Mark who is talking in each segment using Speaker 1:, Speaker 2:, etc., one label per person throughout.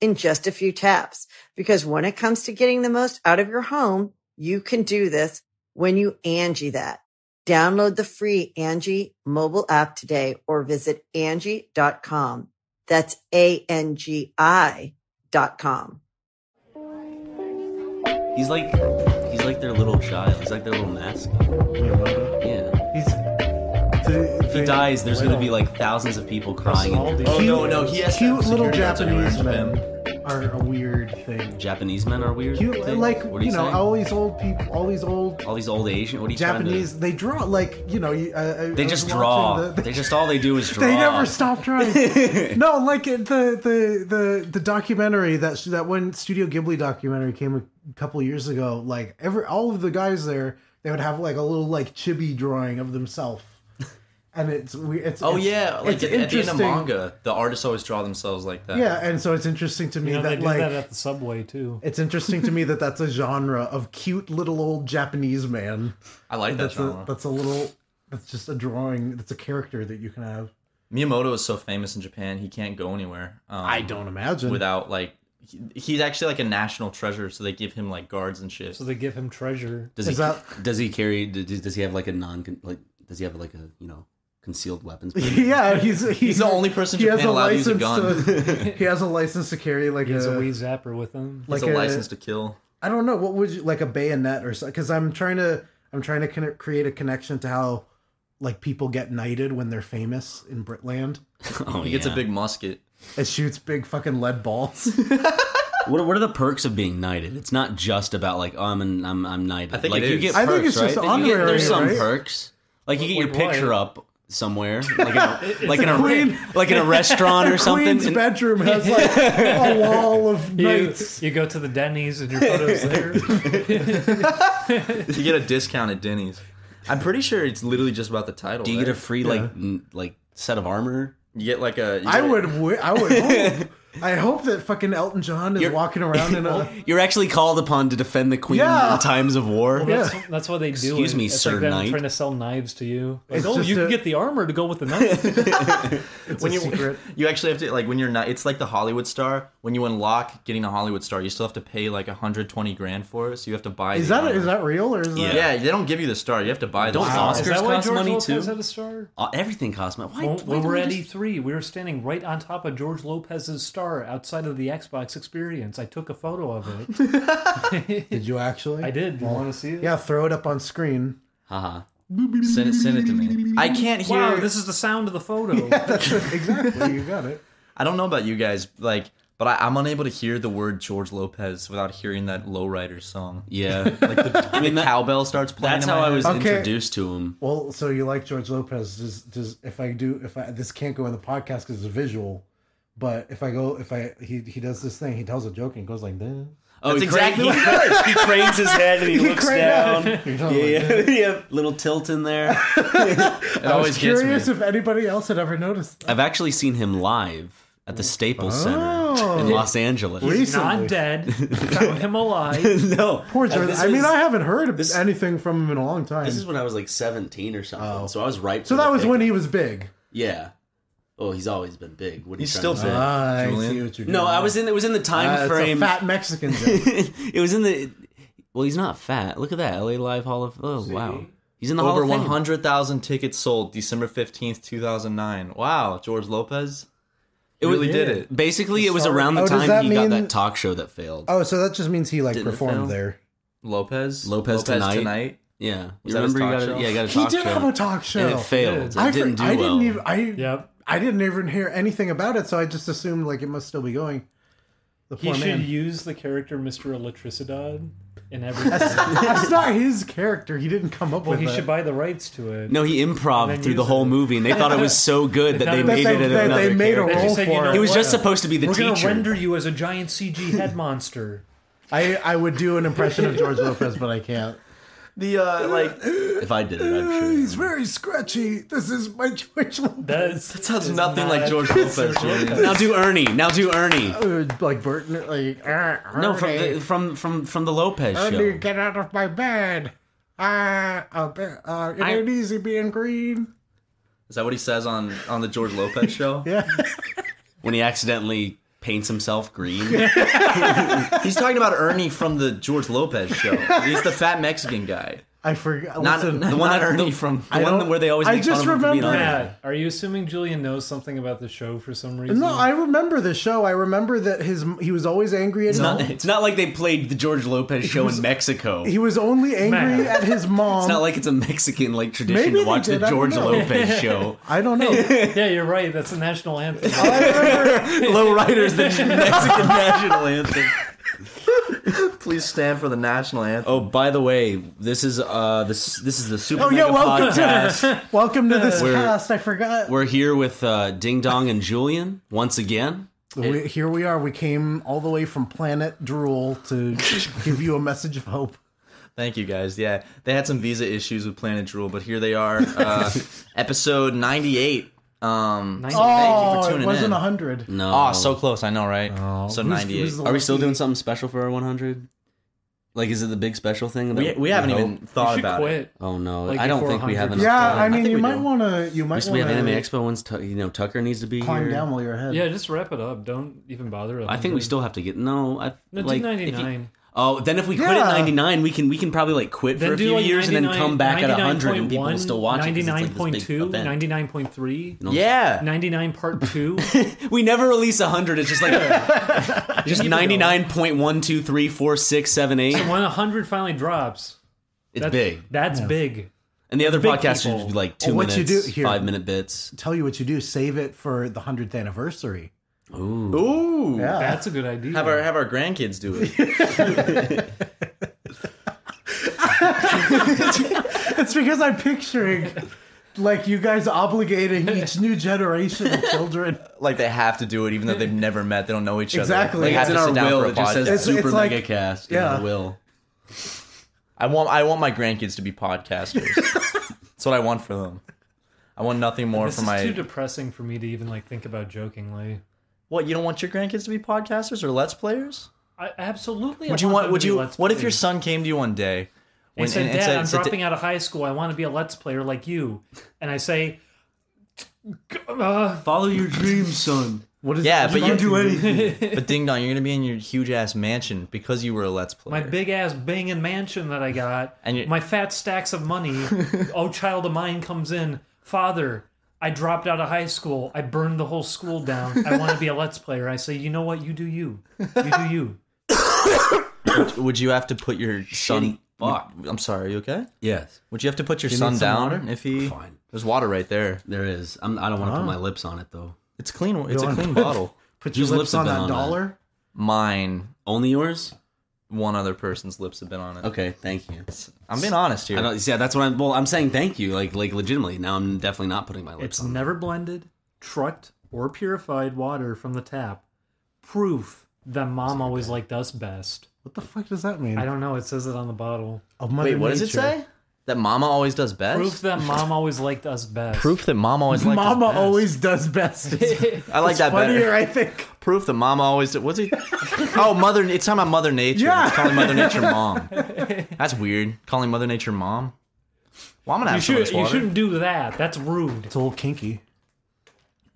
Speaker 1: in just a few taps. Because when it comes to getting the most out of your home, you can do this when you Angie that. Download the free Angie mobile app today or visit Angie.com. That's A-N-G-I dot com.
Speaker 2: He's like he's like their little child. He's like their little mascot. Yeah.
Speaker 3: He's. the-
Speaker 2: If he
Speaker 3: the-
Speaker 2: dies, there's
Speaker 3: well,
Speaker 2: gonna be like thousands of people crying.
Speaker 3: all
Speaker 2: And
Speaker 3: these
Speaker 4: Oh,
Speaker 3: cute-
Speaker 4: no, no, he has to have
Speaker 3: Cute little
Speaker 4: security guards
Speaker 3: Japanese
Speaker 4: everywhere.
Speaker 3: men are a weird thing.
Speaker 2: Japanese men are weird.
Speaker 3: Cute,
Speaker 2: thing?
Speaker 3: like
Speaker 2: what are
Speaker 3: you know,
Speaker 2: saying?
Speaker 3: all these old people, all these old
Speaker 2: all these old Asian. What are you
Speaker 3: Japanese.
Speaker 2: Trying
Speaker 3: They draw like you know. you- I- I-
Speaker 2: to, they
Speaker 3: I
Speaker 2: just
Speaker 3: was
Speaker 2: draw.
Speaker 3: watching the-
Speaker 2: they just all they do is draw.
Speaker 3: They never stop trying. no, like it- the the the the documentary that that one Studio Ghibli documentary came a couple years ago. Like every all of the guys there, they would have like a little like chibi drawing of themselves, and it's we it's
Speaker 4: Oh
Speaker 3: it's-
Speaker 4: yeah, like
Speaker 3: it's
Speaker 4: at, at the end of
Speaker 3: interesting.
Speaker 4: manga, the artists always draw themselves like that.
Speaker 3: Yeah, and so it's interesting to me
Speaker 5: You know, they
Speaker 3: that
Speaker 5: did
Speaker 3: like
Speaker 5: that at the subway too.
Speaker 3: it's interesting to me that that's a genre of cute little old Japanese man.
Speaker 4: I like that
Speaker 3: That's a,
Speaker 4: genre.
Speaker 3: that's a little that's just a drawing. That's a character that you can have.
Speaker 4: Miyamoto is so famous in Japan, he can't go anywhere. Um,
Speaker 3: I don't imagine
Speaker 4: without like he, he's actually like a national treasure, so they give him like guards and shit.
Speaker 5: So they give him treasure.
Speaker 2: Does
Speaker 3: Is
Speaker 2: he
Speaker 3: that-
Speaker 2: does he carry? Does, does he have like a non like? Does he have like a you know concealed weapons?
Speaker 3: Yeah, he's he's,
Speaker 4: the only person in
Speaker 3: he has
Speaker 4: Japan
Speaker 3: a
Speaker 4: allowed to use a
Speaker 3: license to- he has a license to carry like
Speaker 5: He has a
Speaker 3: a,
Speaker 5: wee zapper with him.
Speaker 3: like
Speaker 4: he's a, license to kill.
Speaker 3: I don't know what would you like a bayonet or because I'm trying to I'm trying to connect, create a connection to how like people get knighted when they're famous in Britland.
Speaker 2: oh,
Speaker 4: He gets a big musket.
Speaker 3: It shoots big fucking lead balls.
Speaker 2: What, are- what are the perks of being knighted? It's not just about like oh, I'm an, I'm I'm knighted.
Speaker 4: I think
Speaker 2: like
Speaker 4: it
Speaker 2: you
Speaker 4: is.
Speaker 2: get
Speaker 3: I
Speaker 2: perks,
Speaker 3: think it's
Speaker 2: right?
Speaker 3: just
Speaker 2: That you get-
Speaker 3: honorary,
Speaker 2: there's some
Speaker 3: right?
Speaker 2: perks. Like you get your
Speaker 5: Like what?
Speaker 2: picture up somewhere, like in a, like in a,
Speaker 3: queen.
Speaker 2: like in a restaurant or something.
Speaker 3: Queen's
Speaker 2: And-
Speaker 3: bedroom has like a wall of
Speaker 5: You,
Speaker 3: knights.
Speaker 5: you go to the Denny's and your photos there.
Speaker 4: You get a discount at Denny's. I'm pretty sure it's literally just about the title.
Speaker 2: do you get a
Speaker 4: right?
Speaker 2: free like n- like set of armor?
Speaker 4: You get like a. you
Speaker 3: I
Speaker 4: get-
Speaker 3: would wi- I would hope, I hope that fucking Elton John is
Speaker 2: You're-
Speaker 3: walking around in a
Speaker 2: You're actually called upon to defend the queen
Speaker 3: Yeah.
Speaker 2: in times of war.
Speaker 5: Well, that's, that's what they do.
Speaker 2: Excuse
Speaker 5: and
Speaker 2: me,
Speaker 5: it's
Speaker 2: Sir
Speaker 5: like them
Speaker 2: Knight.
Speaker 5: Trying to sell knives to you. Like,
Speaker 3: It's
Speaker 5: oh,
Speaker 3: just
Speaker 5: you
Speaker 3: a-
Speaker 5: can get the armor to go with the knife.
Speaker 3: it's
Speaker 4: When
Speaker 3: a
Speaker 4: you
Speaker 3: secret.
Speaker 4: you actually have to like when you're not. It's like the Hollywood star. When you unlock getting a Hollywood star, you still have to pay like 120 grand for it. So you have to buy.
Speaker 3: Is
Speaker 4: the
Speaker 3: that
Speaker 4: armor.
Speaker 3: is that real or is
Speaker 2: Yeah.
Speaker 3: that
Speaker 4: Yeah, they don't give you the star. You have to buy. the
Speaker 2: Don't
Speaker 4: star.
Speaker 2: Oscars
Speaker 5: Is that why
Speaker 2: cost
Speaker 5: George
Speaker 2: money
Speaker 5: Lopez
Speaker 2: too?
Speaker 5: had a star?
Speaker 2: Uh, Everything costs money. Why,
Speaker 5: Well,
Speaker 2: why
Speaker 5: when
Speaker 2: do
Speaker 5: we're
Speaker 2: we
Speaker 5: at E
Speaker 2: just-
Speaker 5: E3, we were standing right on top of George Lopez's star outside of the Xbox experience. I took a photo of it.
Speaker 3: Did you actually?
Speaker 5: I did. You want to see it?
Speaker 3: Yeah, throw it up on screen.
Speaker 2: Haha.
Speaker 4: Send it, send it to me. I can't hear.
Speaker 5: Wow, this is the sound of the photo.
Speaker 3: exactly, you got it.
Speaker 4: I don't know about you guys, like, but I, I'm unable to hear the word George Lopez without hearing that lowrider song.
Speaker 2: Yeah.
Speaker 4: Like the, the cowbell starts playing.
Speaker 2: That's
Speaker 4: in my
Speaker 2: how I
Speaker 4: head.
Speaker 2: was
Speaker 3: Okay.
Speaker 2: introduced to him.
Speaker 3: Well, so you like George Lopez? Does does if I do if I this can't go in the podcast because it's visual, but if I go if I he he does this thing he tells a joke and goes like this.
Speaker 2: Oh,
Speaker 4: That's
Speaker 2: he
Speaker 4: exactly
Speaker 2: cra- he, he cranes his head and he, looks
Speaker 3: craned
Speaker 2: down.
Speaker 3: out. You're
Speaker 2: Yeah,
Speaker 3: totally
Speaker 2: yeah, yeah. Little tilt in there.
Speaker 4: It
Speaker 3: I
Speaker 4: always
Speaker 3: was
Speaker 4: gets
Speaker 3: curious
Speaker 4: me.
Speaker 3: if anybody else had ever noticed. That.
Speaker 2: I've actually seen him live at the Staples
Speaker 3: Oh.
Speaker 2: Center in Los Angeles.
Speaker 3: Really?
Speaker 5: He's not dead. Found him alive.
Speaker 2: no,
Speaker 3: Poor George.
Speaker 2: This
Speaker 3: I mean,
Speaker 2: was-
Speaker 3: I haven't heard
Speaker 2: this-
Speaker 3: anything from him in a long time.
Speaker 2: This is when I was like 17 or something.
Speaker 3: Oh.
Speaker 2: So I was right.
Speaker 3: so that was when he was big.
Speaker 2: Yeah. Oh, he's always been big. What are you
Speaker 4: He's
Speaker 2: trying
Speaker 4: still
Speaker 2: to-
Speaker 4: big. Yeah,
Speaker 3: Ah, I
Speaker 4: Julian.
Speaker 3: see what you're
Speaker 2: No,
Speaker 3: doing.
Speaker 2: I was in. It was in the
Speaker 3: Uh,
Speaker 2: time
Speaker 3: it's a
Speaker 2: frame.
Speaker 3: fat Mexican. joke.
Speaker 2: it was in the. Well, he's not fat. Look at that. LA Live Hall of. Oh wow. He's in the
Speaker 4: Over
Speaker 2: Hall of Fame.
Speaker 4: 100,000 tickets sold December 15th, 2009. Wow, George Lopez
Speaker 2: It was-
Speaker 4: really did it.
Speaker 2: Basically, it was around the
Speaker 3: Oh, does
Speaker 2: time
Speaker 3: that
Speaker 2: he got
Speaker 3: mean-
Speaker 2: that talk show that failed.
Speaker 3: oh, so that just means he like
Speaker 2: Didn't it
Speaker 3: performed
Speaker 2: fail?
Speaker 3: there.
Speaker 4: Lopez.
Speaker 2: Lopez Tonight? Yeah,
Speaker 4: Was
Speaker 2: you
Speaker 4: that his
Speaker 2: remember you
Speaker 4: talk
Speaker 2: got
Speaker 4: show?
Speaker 2: a, yeah, you got a
Speaker 3: He
Speaker 2: talk
Speaker 3: did
Speaker 2: show.
Speaker 3: have a talk show.
Speaker 2: and it failed. It
Speaker 5: Yeah.
Speaker 3: I
Speaker 2: didn't do
Speaker 3: I
Speaker 2: well.
Speaker 3: didn't even. I
Speaker 5: Yep.
Speaker 3: I didn't even hear anything about it, so I just assumed like it must still be going. The
Speaker 5: He
Speaker 3: poor
Speaker 5: should
Speaker 3: man.
Speaker 5: use the character Mr. Electricidad in every.
Speaker 3: That's not his character. He didn't come up
Speaker 5: well,
Speaker 3: with
Speaker 5: he
Speaker 3: that.
Speaker 5: should buy the rights to it.
Speaker 2: no, he
Speaker 5: And then
Speaker 2: improv through the
Speaker 5: use
Speaker 2: whole
Speaker 5: it.
Speaker 2: movie, and they thought it was so good that they
Speaker 5: That
Speaker 2: made
Speaker 3: they,
Speaker 2: it
Speaker 3: they-
Speaker 2: another
Speaker 3: they made a
Speaker 2: character.
Speaker 5: They
Speaker 3: role
Speaker 5: just
Speaker 3: for
Speaker 5: said, you know
Speaker 3: it.
Speaker 2: He was just
Speaker 5: What?
Speaker 2: supposed to be the
Speaker 5: We're gonna
Speaker 2: teacher.
Speaker 5: render you as a giant CG head monster.
Speaker 3: I, I would do an impression of George Lopez, but I can't.
Speaker 4: The uh, like, if I did it, I'm sure.
Speaker 3: very scratchy. This is my George Lopez.
Speaker 5: That's,
Speaker 4: That sounds nothing like George Lopez. Julian.
Speaker 2: now do Ernie. Now do Ernie.
Speaker 3: Oh, like Burton, like "Ah,
Speaker 2: No, from the, from from from the Lopez show.
Speaker 3: get out of my bed. Ah, I'll be, uh, it
Speaker 2: ain't
Speaker 3: easy being green.
Speaker 4: Is that what he says on on the George Lopez show?
Speaker 3: Yeah,
Speaker 2: when he accidentally paints himself green.
Speaker 4: He's talking about Ernie from the George Lopez show. He's the fat Mexican guy.
Speaker 3: I forgot.
Speaker 4: Not
Speaker 3: Listen,
Speaker 4: the one
Speaker 2: not
Speaker 4: that
Speaker 2: Ernie.
Speaker 4: Ernie from.
Speaker 2: The one
Speaker 3: don't-
Speaker 2: where they always
Speaker 3: I
Speaker 2: make
Speaker 3: just
Speaker 2: fun of him for being
Speaker 3: remembered
Speaker 2: on it.
Speaker 5: Matt, are you assuming Julian knows something about the show for some reason?
Speaker 3: no, I remember the show. I remember that his he was always angry at
Speaker 2: It's
Speaker 3: his.
Speaker 2: not, it's not like they played the George Lopez show in Mexico.
Speaker 3: He was only angry
Speaker 5: Man.
Speaker 3: at his mom.
Speaker 2: it's not like it's a Mexican like tradition
Speaker 3: Um, Maybe
Speaker 2: to
Speaker 3: they
Speaker 2: watch
Speaker 3: did,
Speaker 2: the
Speaker 3: I don't
Speaker 2: George
Speaker 3: know.
Speaker 2: Lopez show.
Speaker 3: I don't know.
Speaker 5: Yeah, you're right. That's the national anthem.
Speaker 2: Low Riders, the Mexican national anthem.
Speaker 4: Please stand for the national anthem.
Speaker 2: Oh, by the way, this is uh this this is the Super
Speaker 3: Oh, yeah,
Speaker 2: Mega
Speaker 3: welcome to-
Speaker 2: Podcast.
Speaker 3: Welcome to this
Speaker 2: We're-
Speaker 3: cast. I forgot.
Speaker 2: We're here with uh, Ding Dong and Julian once again.
Speaker 3: We, here we are. We came all the way from planet Drool to give you a message of hope.
Speaker 4: Thank you guys. Yeah, they had some visa issues with Planet Drool, but here they are, uh, episode ninety-eight. Um, so thank you for
Speaker 3: Oh,
Speaker 4: tuning
Speaker 3: it wasn't
Speaker 4: in.
Speaker 3: a hundred.
Speaker 2: No,
Speaker 4: Aw, so close. I know, right? so
Speaker 3: Who's-
Speaker 4: ninety-eight. Oh,
Speaker 3: who's the
Speaker 2: are we still doing something special for our 100? Like, is it the big special thing?
Speaker 4: we,
Speaker 2: that
Speaker 4: we haven't
Speaker 2: hope?
Speaker 4: even
Speaker 5: you
Speaker 4: thought
Speaker 5: should
Speaker 4: about
Speaker 5: quit.
Speaker 4: it.
Speaker 2: Oh no,
Speaker 5: Like
Speaker 2: I don't
Speaker 5: before
Speaker 2: think we have
Speaker 5: 100.
Speaker 2: enough.
Speaker 3: Yeah,
Speaker 2: time.
Speaker 3: I mean,
Speaker 4: think
Speaker 3: you
Speaker 4: we
Speaker 3: might
Speaker 4: do.
Speaker 3: want to. You
Speaker 2: we,
Speaker 3: might
Speaker 2: we
Speaker 3: want
Speaker 2: have Anime
Speaker 3: to
Speaker 2: Expo ones. Tu- you know, Tucker needs to be
Speaker 3: climb
Speaker 2: here.
Speaker 3: down while you're ahead.
Speaker 5: Yeah, just wrap it up. Don't even bother.
Speaker 2: I think we still have to get no. I
Speaker 5: no,
Speaker 2: like
Speaker 5: do
Speaker 2: if you-
Speaker 5: 99.
Speaker 2: oh, then if we quit
Speaker 3: Yeah.
Speaker 2: at 99, we can we can probably like quit
Speaker 5: Then
Speaker 2: for a
Speaker 5: do
Speaker 2: few
Speaker 5: like
Speaker 2: years and then
Speaker 5: 99
Speaker 2: come back at 100 and people
Speaker 5: 99.1,
Speaker 2: will still watch it. 'cause it's, like, this big
Speaker 5: 99.2,
Speaker 2: event.
Speaker 5: 99.3,
Speaker 4: Yeah.
Speaker 5: 99 part 2.
Speaker 2: We never release 100. It's just like just 99.12346788.
Speaker 5: 100 finally drops.
Speaker 2: It's
Speaker 5: That's
Speaker 2: big.
Speaker 5: That's big.
Speaker 2: And the other
Speaker 5: big
Speaker 2: podcast
Speaker 5: people.
Speaker 2: should be like 2
Speaker 3: Well, what
Speaker 2: minutes,
Speaker 3: you do here-
Speaker 2: 5 minute bits.
Speaker 3: Tell you what you do. Save it for the hundredth anniversary.
Speaker 2: Ooh.
Speaker 4: Ooh.
Speaker 3: Yeah.
Speaker 5: That's a good idea.
Speaker 4: Have our have our grandkids do it.
Speaker 3: It's because I'm picturing like you guys obligating each new generation of children.
Speaker 4: like they have to do it, even though they've never met. They don't know each other.
Speaker 3: Exactly.
Speaker 4: They
Speaker 2: It's
Speaker 4: have
Speaker 2: in
Speaker 4: to
Speaker 2: our
Speaker 4: sit down
Speaker 2: will.
Speaker 4: for a
Speaker 2: It just
Speaker 4: podcast.
Speaker 2: says
Speaker 3: It's-
Speaker 2: Super
Speaker 3: it's like-
Speaker 2: Mega Cast
Speaker 3: yeah.
Speaker 2: in the will.
Speaker 4: I want I want my grandkids to be podcasters. That's what I want for them. I want nothing more
Speaker 5: this
Speaker 4: for
Speaker 5: is
Speaker 4: my.
Speaker 5: too depressing for me to even like think about jokingly.
Speaker 4: what you don't want your grandkids to be podcasters or let's players?
Speaker 5: I absolutely.
Speaker 4: Would
Speaker 5: I
Speaker 4: you want?
Speaker 5: them
Speaker 4: Would
Speaker 5: to be
Speaker 4: you?
Speaker 5: Let's
Speaker 4: What if your
Speaker 5: players.
Speaker 4: son came to you one day?
Speaker 5: and said,
Speaker 4: and- and
Speaker 5: "Dad,
Speaker 4: said-
Speaker 5: I'm
Speaker 4: said-
Speaker 5: dropping out of high school. I want to be a let's player like you." And I say, uh,
Speaker 2: Follow your dreams, son.
Speaker 3: What is?
Speaker 4: Yeah, but you
Speaker 3: do anything.
Speaker 4: But ding dong, you're gonna be in your huge ass mansion because you were a let's player.
Speaker 5: "My big ass banging mansion that I got,
Speaker 4: And you-
Speaker 5: my fat stacks of money." oh, child of mine comes in, father. I dropped out of high school. I burned the whole school down. I want to be a let's player. I say, "You know what? You do you. You do you."
Speaker 4: Would you have to put your son?
Speaker 2: fuck.
Speaker 4: I'm sorry. Are you okay?
Speaker 2: Yes.
Speaker 4: Would you have to put your
Speaker 3: need
Speaker 4: son
Speaker 3: some
Speaker 4: down
Speaker 3: water?
Speaker 4: if he?
Speaker 2: Fine.
Speaker 4: There's water right there.
Speaker 2: There is. I'm, I don't want to put my lips on it though.
Speaker 4: It's clean. It's
Speaker 3: Go
Speaker 4: a
Speaker 3: on.
Speaker 4: clean bottle.
Speaker 3: Put your
Speaker 2: Whose lips
Speaker 3: lips
Speaker 2: have
Speaker 3: on
Speaker 2: been
Speaker 3: that
Speaker 2: on that?
Speaker 3: dollar.
Speaker 4: Mine.
Speaker 2: Only yours?
Speaker 4: One other person's lips have been on it.
Speaker 2: Okay, thank you.
Speaker 4: I'm being honest here.
Speaker 2: I don't. Yeah, that's what I'm. Well, I'm saying thank you. Like, like legitimately. Now I'm definitely not putting my lips
Speaker 5: It's
Speaker 2: on.
Speaker 5: never blended, trucked, or purified water from the tap. Proof that mom always liked us best.
Speaker 3: What the fuck does that mean?
Speaker 5: I don't know. It says it on the bottle.
Speaker 3: Of Mother
Speaker 4: Wait, what does it
Speaker 3: Nature.
Speaker 4: say? That Mama always does best.
Speaker 5: Proof that mom always liked us best.
Speaker 4: Proof that Mama always likes.
Speaker 3: Mama always does best. It's
Speaker 4: I like that
Speaker 3: funnier,
Speaker 4: better.
Speaker 3: I think.
Speaker 4: Proof that Mama always. Did. What's he? Oh, Mother. It's talking about Mother Nature.
Speaker 3: Yeah.
Speaker 4: It's calling Mother Nature Mom. That's weird. Calling Mother Nature Mom. Well, I'm gonna
Speaker 5: You,
Speaker 4: have some of
Speaker 5: should,
Speaker 4: this
Speaker 5: you
Speaker 4: water.
Speaker 5: shouldn't do that. That's rude.
Speaker 3: It's a little kinky.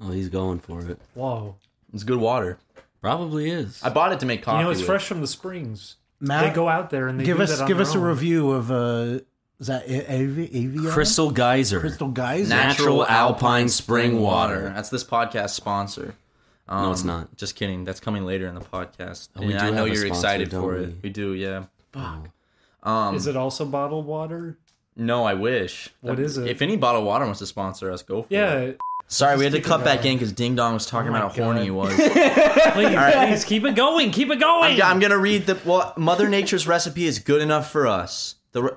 Speaker 2: Oh, he's going for it.
Speaker 5: Whoa.
Speaker 4: It's good water.
Speaker 2: Probably is.
Speaker 4: I bought it to make coffee.
Speaker 5: You know, it's
Speaker 4: with.
Speaker 5: fresh from the springs.
Speaker 3: Matt,
Speaker 5: they go out there and they
Speaker 3: give
Speaker 5: do
Speaker 3: us
Speaker 5: that on
Speaker 3: give
Speaker 5: their
Speaker 3: us a
Speaker 5: own.
Speaker 3: review of uh is that A- Avi- Avion?
Speaker 2: Crystal geyser.
Speaker 3: Crystal guys.
Speaker 2: Nah. Natural Alpine Spring Water.
Speaker 4: That's this podcast sponsor. Um,
Speaker 2: it's not.
Speaker 4: Just kidding. That's coming later in the podcast.
Speaker 2: we
Speaker 4: And
Speaker 2: do
Speaker 4: I know
Speaker 2: have a
Speaker 4: you're
Speaker 2: sponsor,
Speaker 4: excited
Speaker 2: don't
Speaker 4: for
Speaker 2: we?
Speaker 4: it. We do, yeah. Fuck. Um,
Speaker 5: Is it also bottled water?
Speaker 4: No, I wish.
Speaker 5: What
Speaker 4: That-
Speaker 5: is it?
Speaker 4: If any bottled water wants to sponsor us, go for it.
Speaker 5: Yeah,
Speaker 4: Sorry, we had
Speaker 5: Just
Speaker 4: to
Speaker 5: keep
Speaker 4: cut
Speaker 5: it
Speaker 4: back
Speaker 5: going.
Speaker 4: in because Ding Dong was talking
Speaker 5: my
Speaker 4: about how horny he was.
Speaker 5: please, please keep it going, keep it going.
Speaker 4: yeah, I'm gonna read the well. Mother Nature's recipe is good enough for us. The re-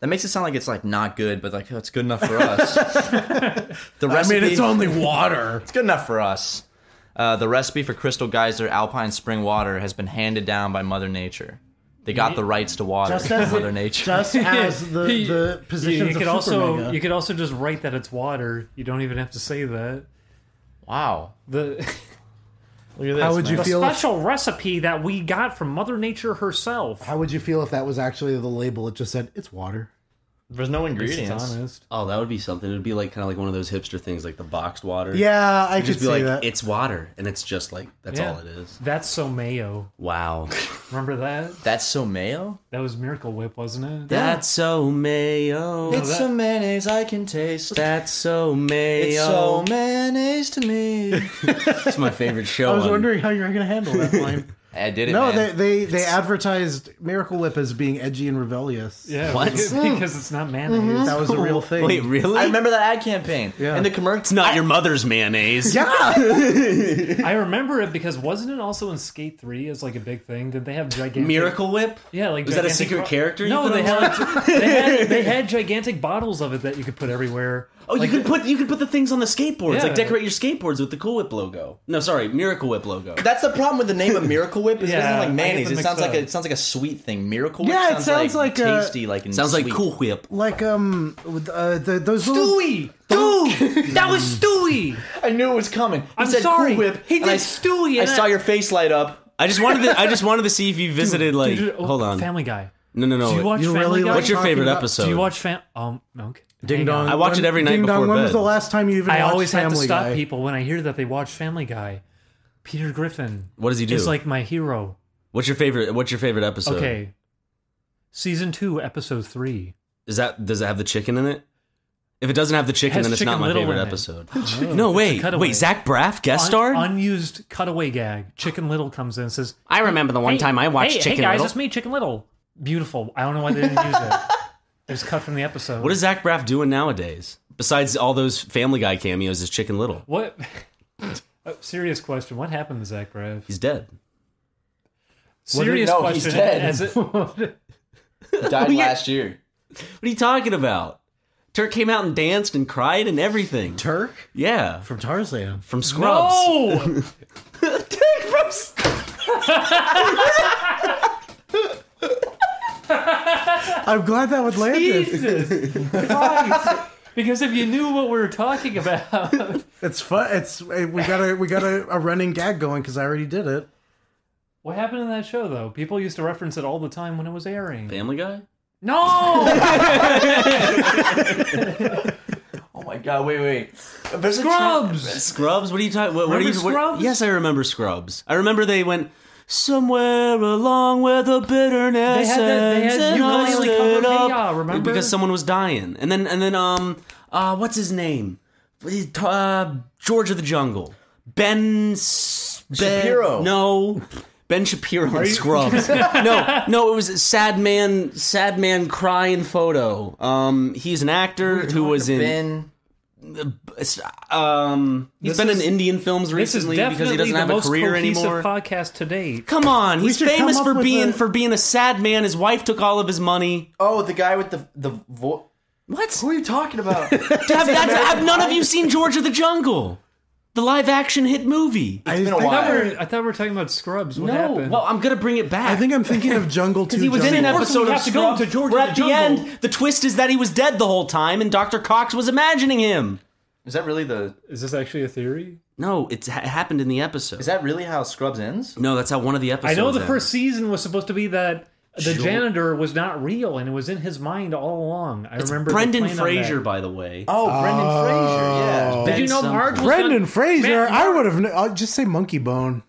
Speaker 4: that makes it sound like it's like not good, but like oh, it's good enough for us. the
Speaker 3: I
Speaker 4: recipe
Speaker 3: mean, it's only water.
Speaker 4: it's good enough for us. Uh, the recipe for Crystal Geyser Alpine Spring Water has been handed down by Mother Nature. They got the rights to water.
Speaker 3: Just
Speaker 4: from
Speaker 3: as it-
Speaker 4: Mother Nature.
Speaker 3: Just as the, the
Speaker 5: you
Speaker 3: positions
Speaker 5: could
Speaker 3: of
Speaker 5: also
Speaker 3: Super Mega.
Speaker 5: you could also just write that it's water. You don't even have to say that.
Speaker 4: wow.
Speaker 5: The,
Speaker 4: Look at this.
Speaker 3: How would you
Speaker 4: man.
Speaker 3: feel? If,
Speaker 5: special recipe that we got from Mother Nature herself.
Speaker 3: how would you feel if that was actually the label? It just said it's water.
Speaker 4: There's no
Speaker 5: It's
Speaker 4: ingredients.
Speaker 5: honest.
Speaker 2: Oh, that would be something. It would be like kind of like one of those hipster things, like the boxed water.
Speaker 3: Yeah, I
Speaker 2: It'd
Speaker 3: could
Speaker 2: just be
Speaker 3: see
Speaker 2: like
Speaker 3: that.
Speaker 2: it's water, and it's just like that's
Speaker 5: Yeah.
Speaker 2: all it is.
Speaker 5: That's so mayo.
Speaker 2: Wow,
Speaker 5: Remember that?
Speaker 4: That's so mayo.
Speaker 5: That was Miracle Whip, wasn't it?
Speaker 2: that's so mayo.
Speaker 4: It's so mayonnaise I can taste.
Speaker 2: that's so mayo.
Speaker 4: It's so mayonnaise to me.
Speaker 2: It's my favorite show.
Speaker 3: I was
Speaker 2: on-
Speaker 3: wondering how you're going to handle that line.
Speaker 4: I did it.
Speaker 3: no,
Speaker 4: man.
Speaker 3: they they they advertised Miracle Whip as being edgy and rebellious.
Speaker 5: Yeah,
Speaker 2: What? Mm-hmm.
Speaker 5: because because it's not mayonnaise.
Speaker 3: That was a real thing.
Speaker 2: Wait, really?
Speaker 4: I remember that ad campaign.
Speaker 3: Yeah.
Speaker 4: And the commercial.
Speaker 2: it's not your mother's mayonnaise.
Speaker 3: Yeah,
Speaker 5: I remember it because wasn't it also in Skate Three as like a big thing? Did they have gigantic
Speaker 2: Miracle Whip.
Speaker 5: Yeah, like
Speaker 2: Was that a
Speaker 5: gigantic
Speaker 2: secret
Speaker 5: bo-
Speaker 2: character you
Speaker 5: No,
Speaker 2: put
Speaker 5: they
Speaker 2: on
Speaker 5: had, like, they had they had gigantic bottles of it that you could put everywhere.
Speaker 2: Oh, you could put you could put the things on the skateboards,
Speaker 5: Yeah.
Speaker 2: like decorate your skateboards with the Cool Whip logo. No, sorry, Miracle Whip logo.
Speaker 4: That's the problem with the name of Miracle Whip. Is it
Speaker 5: Yeah,
Speaker 4: doesn't
Speaker 5: I
Speaker 4: like
Speaker 5: get
Speaker 4: mayonnaise.
Speaker 5: them
Speaker 4: It sounds
Speaker 5: mixed
Speaker 4: like a,
Speaker 5: up.
Speaker 4: it sounds like a sweet thing. Miracle Whip.
Speaker 3: Yeah, it sounds like
Speaker 5: uh,
Speaker 3: a-
Speaker 4: tasty, like and
Speaker 2: Sounds like
Speaker 4: sweet.
Speaker 2: Cool Whip.
Speaker 3: like um, with, uh, the, those little
Speaker 5: Stewie, dude, that was
Speaker 2: Mm.
Speaker 5: Stewie.
Speaker 4: I knew it was coming. He
Speaker 5: I'm
Speaker 4: said
Speaker 5: sorry.
Speaker 4: Cool Whip.
Speaker 5: He
Speaker 4: and
Speaker 5: did
Speaker 4: I,
Speaker 5: Stewie,
Speaker 4: I
Speaker 5: and
Speaker 4: saw
Speaker 5: I-
Speaker 4: your face light up.
Speaker 2: I just wanted to, I just wanted to see if you visited like
Speaker 5: Dude, oh,
Speaker 2: hold on.
Speaker 5: Family Guy.
Speaker 2: No, no, no.
Speaker 5: Do you
Speaker 2: wait.
Speaker 5: watch
Speaker 3: you
Speaker 5: Family
Speaker 3: really
Speaker 5: Guy?
Speaker 3: like
Speaker 2: What's your
Speaker 3: talking
Speaker 2: favorite
Speaker 3: about-
Speaker 2: episode?
Speaker 5: Do you watch Fan? Um, okay.
Speaker 3: Ding
Speaker 5: Hang
Speaker 3: dong.
Speaker 5: on.
Speaker 2: I watch it every night
Speaker 3: Ding dong.
Speaker 2: before
Speaker 3: When was
Speaker 2: bed.
Speaker 3: the last time you even?
Speaker 5: I
Speaker 3: watched
Speaker 5: always have
Speaker 3: Family
Speaker 5: to stop
Speaker 3: Guy?
Speaker 5: people when I hear that they watch Family Guy. Peter Griffin
Speaker 2: What does he do?
Speaker 5: is like my hero.
Speaker 2: what's your favorite? What's your favorite episode?
Speaker 5: Okay. Season two, episode three.
Speaker 2: Is that does it have the chicken in it? If it doesn't have the chicken,
Speaker 5: Has
Speaker 2: then it's
Speaker 5: Chicken
Speaker 2: not my
Speaker 5: Little
Speaker 2: favorite
Speaker 5: in it. Oh,
Speaker 2: episode. no, wait,
Speaker 5: cutaway.
Speaker 2: wait. Zach Braff guest
Speaker 5: Un-
Speaker 2: starred.
Speaker 5: unused cutaway gag. Chicken Little comes in and says,
Speaker 2: I remember the one
Speaker 5: Hey, hey, hey guys, it's me, Chicken Little. Beautiful. I don't know why they didn't use it. It was cut from the episode.
Speaker 2: What is Zach Braff doing nowadays? Besides all those Family Guy cameos, is Chicken Little?
Speaker 5: what? Uh, serious question. What happened to Zach Braff?
Speaker 2: He's dead.
Speaker 5: Serious
Speaker 4: no, he's
Speaker 5: question.
Speaker 4: dead.
Speaker 5: As it,
Speaker 4: Died last year.
Speaker 2: What are you talking about? Turk came out and danced and cried and everything.
Speaker 3: Turk
Speaker 2: Yeah,
Speaker 3: from Tarzan.
Speaker 2: from Scrubs.
Speaker 5: no.
Speaker 3: I'm glad that would land it.
Speaker 5: Jesus Christ. Because if you knew what we were talking about,
Speaker 3: It's fun. It's eh, we got a we got a, a running gag going because I already did it.
Speaker 5: what happened in that show though? People used to reference it all the time when it was airing.
Speaker 2: Family Guy.
Speaker 5: No,
Speaker 4: Oh my god! Wait, wait. There's a
Speaker 5: Scrubs.
Speaker 2: Scrubs? What are you talking? What, what are you?
Speaker 5: Remember
Speaker 2: what-
Speaker 5: Scrubs?
Speaker 2: yes, I remember Scrubs. I remember they went somewhere along where the bitterness
Speaker 5: They had that- they
Speaker 2: ends
Speaker 5: had
Speaker 2: and I
Speaker 5: ukulele
Speaker 2: stood
Speaker 5: cover,
Speaker 2: up
Speaker 5: "Hey Ya," remember?
Speaker 2: because someone was dying, and then and then um uh what's his name? Uh, George of the Jungle, Ben, S- Ben-
Speaker 4: Shapiro.
Speaker 2: No. Ben Shapiro and Scrubs. no, no, it was a sad man, sad man crying photo. Um, he's an actor who was in
Speaker 4: Ben.
Speaker 2: um, he's
Speaker 5: This
Speaker 2: been
Speaker 5: is-
Speaker 2: in Indian films
Speaker 5: this is
Speaker 2: recently
Speaker 5: definitely
Speaker 2: because he doesn't
Speaker 5: the
Speaker 2: have a
Speaker 5: most
Speaker 2: career
Speaker 5: cohesive
Speaker 2: anymore.
Speaker 5: podcast to date.
Speaker 2: Come on, he's
Speaker 3: should come
Speaker 2: famous
Speaker 3: up
Speaker 2: for
Speaker 3: with
Speaker 2: being
Speaker 3: a-
Speaker 2: for being a sad man. His wife took all of his money.
Speaker 4: Oh, the guy with the the voice.
Speaker 2: What?
Speaker 4: Who are you talking about?
Speaker 2: have, that's- have none of you seen George of the Jungle, the live action hit movie?
Speaker 3: I
Speaker 4: been
Speaker 3: think-
Speaker 4: a
Speaker 5: I thought,
Speaker 4: while.
Speaker 5: we were, I thought we were talking about Scrubs. What
Speaker 2: no.
Speaker 5: happened?
Speaker 2: Well, I'm gonna bring it back.
Speaker 3: I think I'm thinking of Jungle Two.
Speaker 2: he was in
Speaker 3: Jungle.
Speaker 2: an
Speaker 5: course
Speaker 2: episode
Speaker 5: we
Speaker 2: of
Speaker 5: have to go
Speaker 2: Scrubs.
Speaker 5: to George
Speaker 2: where
Speaker 5: of
Speaker 2: at
Speaker 5: the
Speaker 2: the
Speaker 5: Jungle.
Speaker 2: end, the twist is that he was dead the whole time, and Dr. Cox was imagining him.
Speaker 4: Is that really the?
Speaker 5: is this actually a theory?
Speaker 2: No, it's, it happened in the episode.
Speaker 4: Is that really how Scrubs ends?
Speaker 2: no, that's how one of the
Speaker 5: I
Speaker 2: episodes.
Speaker 5: know the
Speaker 2: ends.
Speaker 5: first season was supposed to be that the
Speaker 2: Sure.
Speaker 5: janitor was not real and it was in his mind all along. I
Speaker 2: It's
Speaker 5: remember the
Speaker 2: Brendan
Speaker 5: plan on
Speaker 2: Fraser,
Speaker 5: that.
Speaker 2: by the way.
Speaker 4: Oh, Brendan Fraser. Yeah.
Speaker 5: Did you know
Speaker 2: Something.
Speaker 5: Marge was
Speaker 3: Brendan
Speaker 5: gonna,
Speaker 3: Fraser.
Speaker 5: Man,
Speaker 3: I would have. kn- I'll just say Monkey Bone.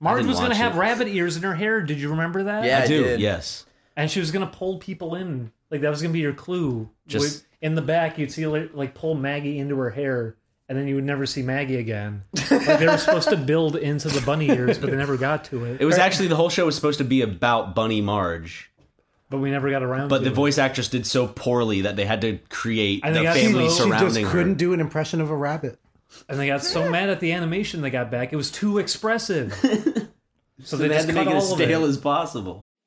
Speaker 5: Marge was going to
Speaker 2: watch
Speaker 5: have
Speaker 2: it.
Speaker 5: rabbit ears in her hair. Did you remember that?
Speaker 4: Yeah.
Speaker 2: I
Speaker 4: I
Speaker 2: do.
Speaker 4: did.
Speaker 2: Yes.
Speaker 5: And she was going to pull people in. Like that was going to be your clue.
Speaker 2: Just-
Speaker 5: Would- in the back, you'd see like, like pull Maggie into her hair. And then you would never see Maggie again. Like they were supposed to build into the bunny ears, but they never got to it.
Speaker 2: It was actually the whole show was supposed to be about Bunny Marge.
Speaker 5: but we never got around.
Speaker 2: But
Speaker 5: to
Speaker 2: the
Speaker 5: it.
Speaker 2: voice actress did so poorly that they had to create
Speaker 5: I
Speaker 2: the
Speaker 5: think that's
Speaker 2: family
Speaker 5: so-
Speaker 3: She just
Speaker 2: surrounding her.
Speaker 3: couldn't do an impression of a rabbit.
Speaker 5: and they got so mad at the animation they got back. It was too expressive. So, they,
Speaker 4: They
Speaker 5: just
Speaker 4: had to
Speaker 5: cut
Speaker 4: make it as
Speaker 5: all of it.
Speaker 4: stale as possible.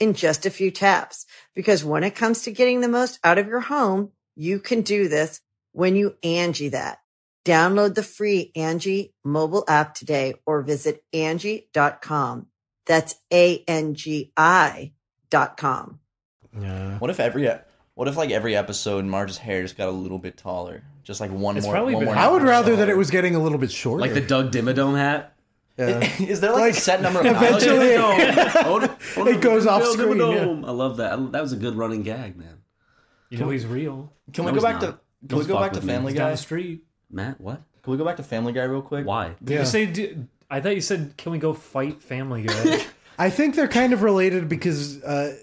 Speaker 1: in just a few taps. Because when it comes to getting the most out of your home, you can do this when you Angie that. Download the free Angie mobile app today or visit Angie.com. That's A-N-G-I dot com.
Speaker 3: Yeah.
Speaker 4: What if every what if like every episode Marge's hair just got a little bit taller, just like one
Speaker 5: It's
Speaker 4: more.
Speaker 5: probably
Speaker 4: one
Speaker 5: been-
Speaker 4: more
Speaker 3: I would
Speaker 4: notch
Speaker 3: rather
Speaker 4: taller.
Speaker 3: that it was getting a little bit shorter.
Speaker 2: Like the Doug Dimmadome hat. Oh,
Speaker 3: Yeah.
Speaker 4: Is there Uh, like,
Speaker 3: Like,
Speaker 4: a set number of
Speaker 3: eventually-
Speaker 2: it
Speaker 3: It goes off screen, yeah.
Speaker 2: I love that. I- That was a good running gag, man.
Speaker 5: You know he's real.
Speaker 4: Can we
Speaker 2: No, it's
Speaker 4: go back
Speaker 2: not.
Speaker 4: to can
Speaker 2: Don't
Speaker 4: we go
Speaker 2: fuck
Speaker 4: back to
Speaker 2: with me.
Speaker 4: Family
Speaker 5: He's down
Speaker 4: Guy?
Speaker 5: the street.
Speaker 2: Matt, what?
Speaker 4: Can we go back to Family Guy real quick?
Speaker 2: Why?
Speaker 5: You
Speaker 3: yeah.
Speaker 5: say, do, I thought you said, can we go fight Family Guy?
Speaker 3: I think they're kind of related because uh,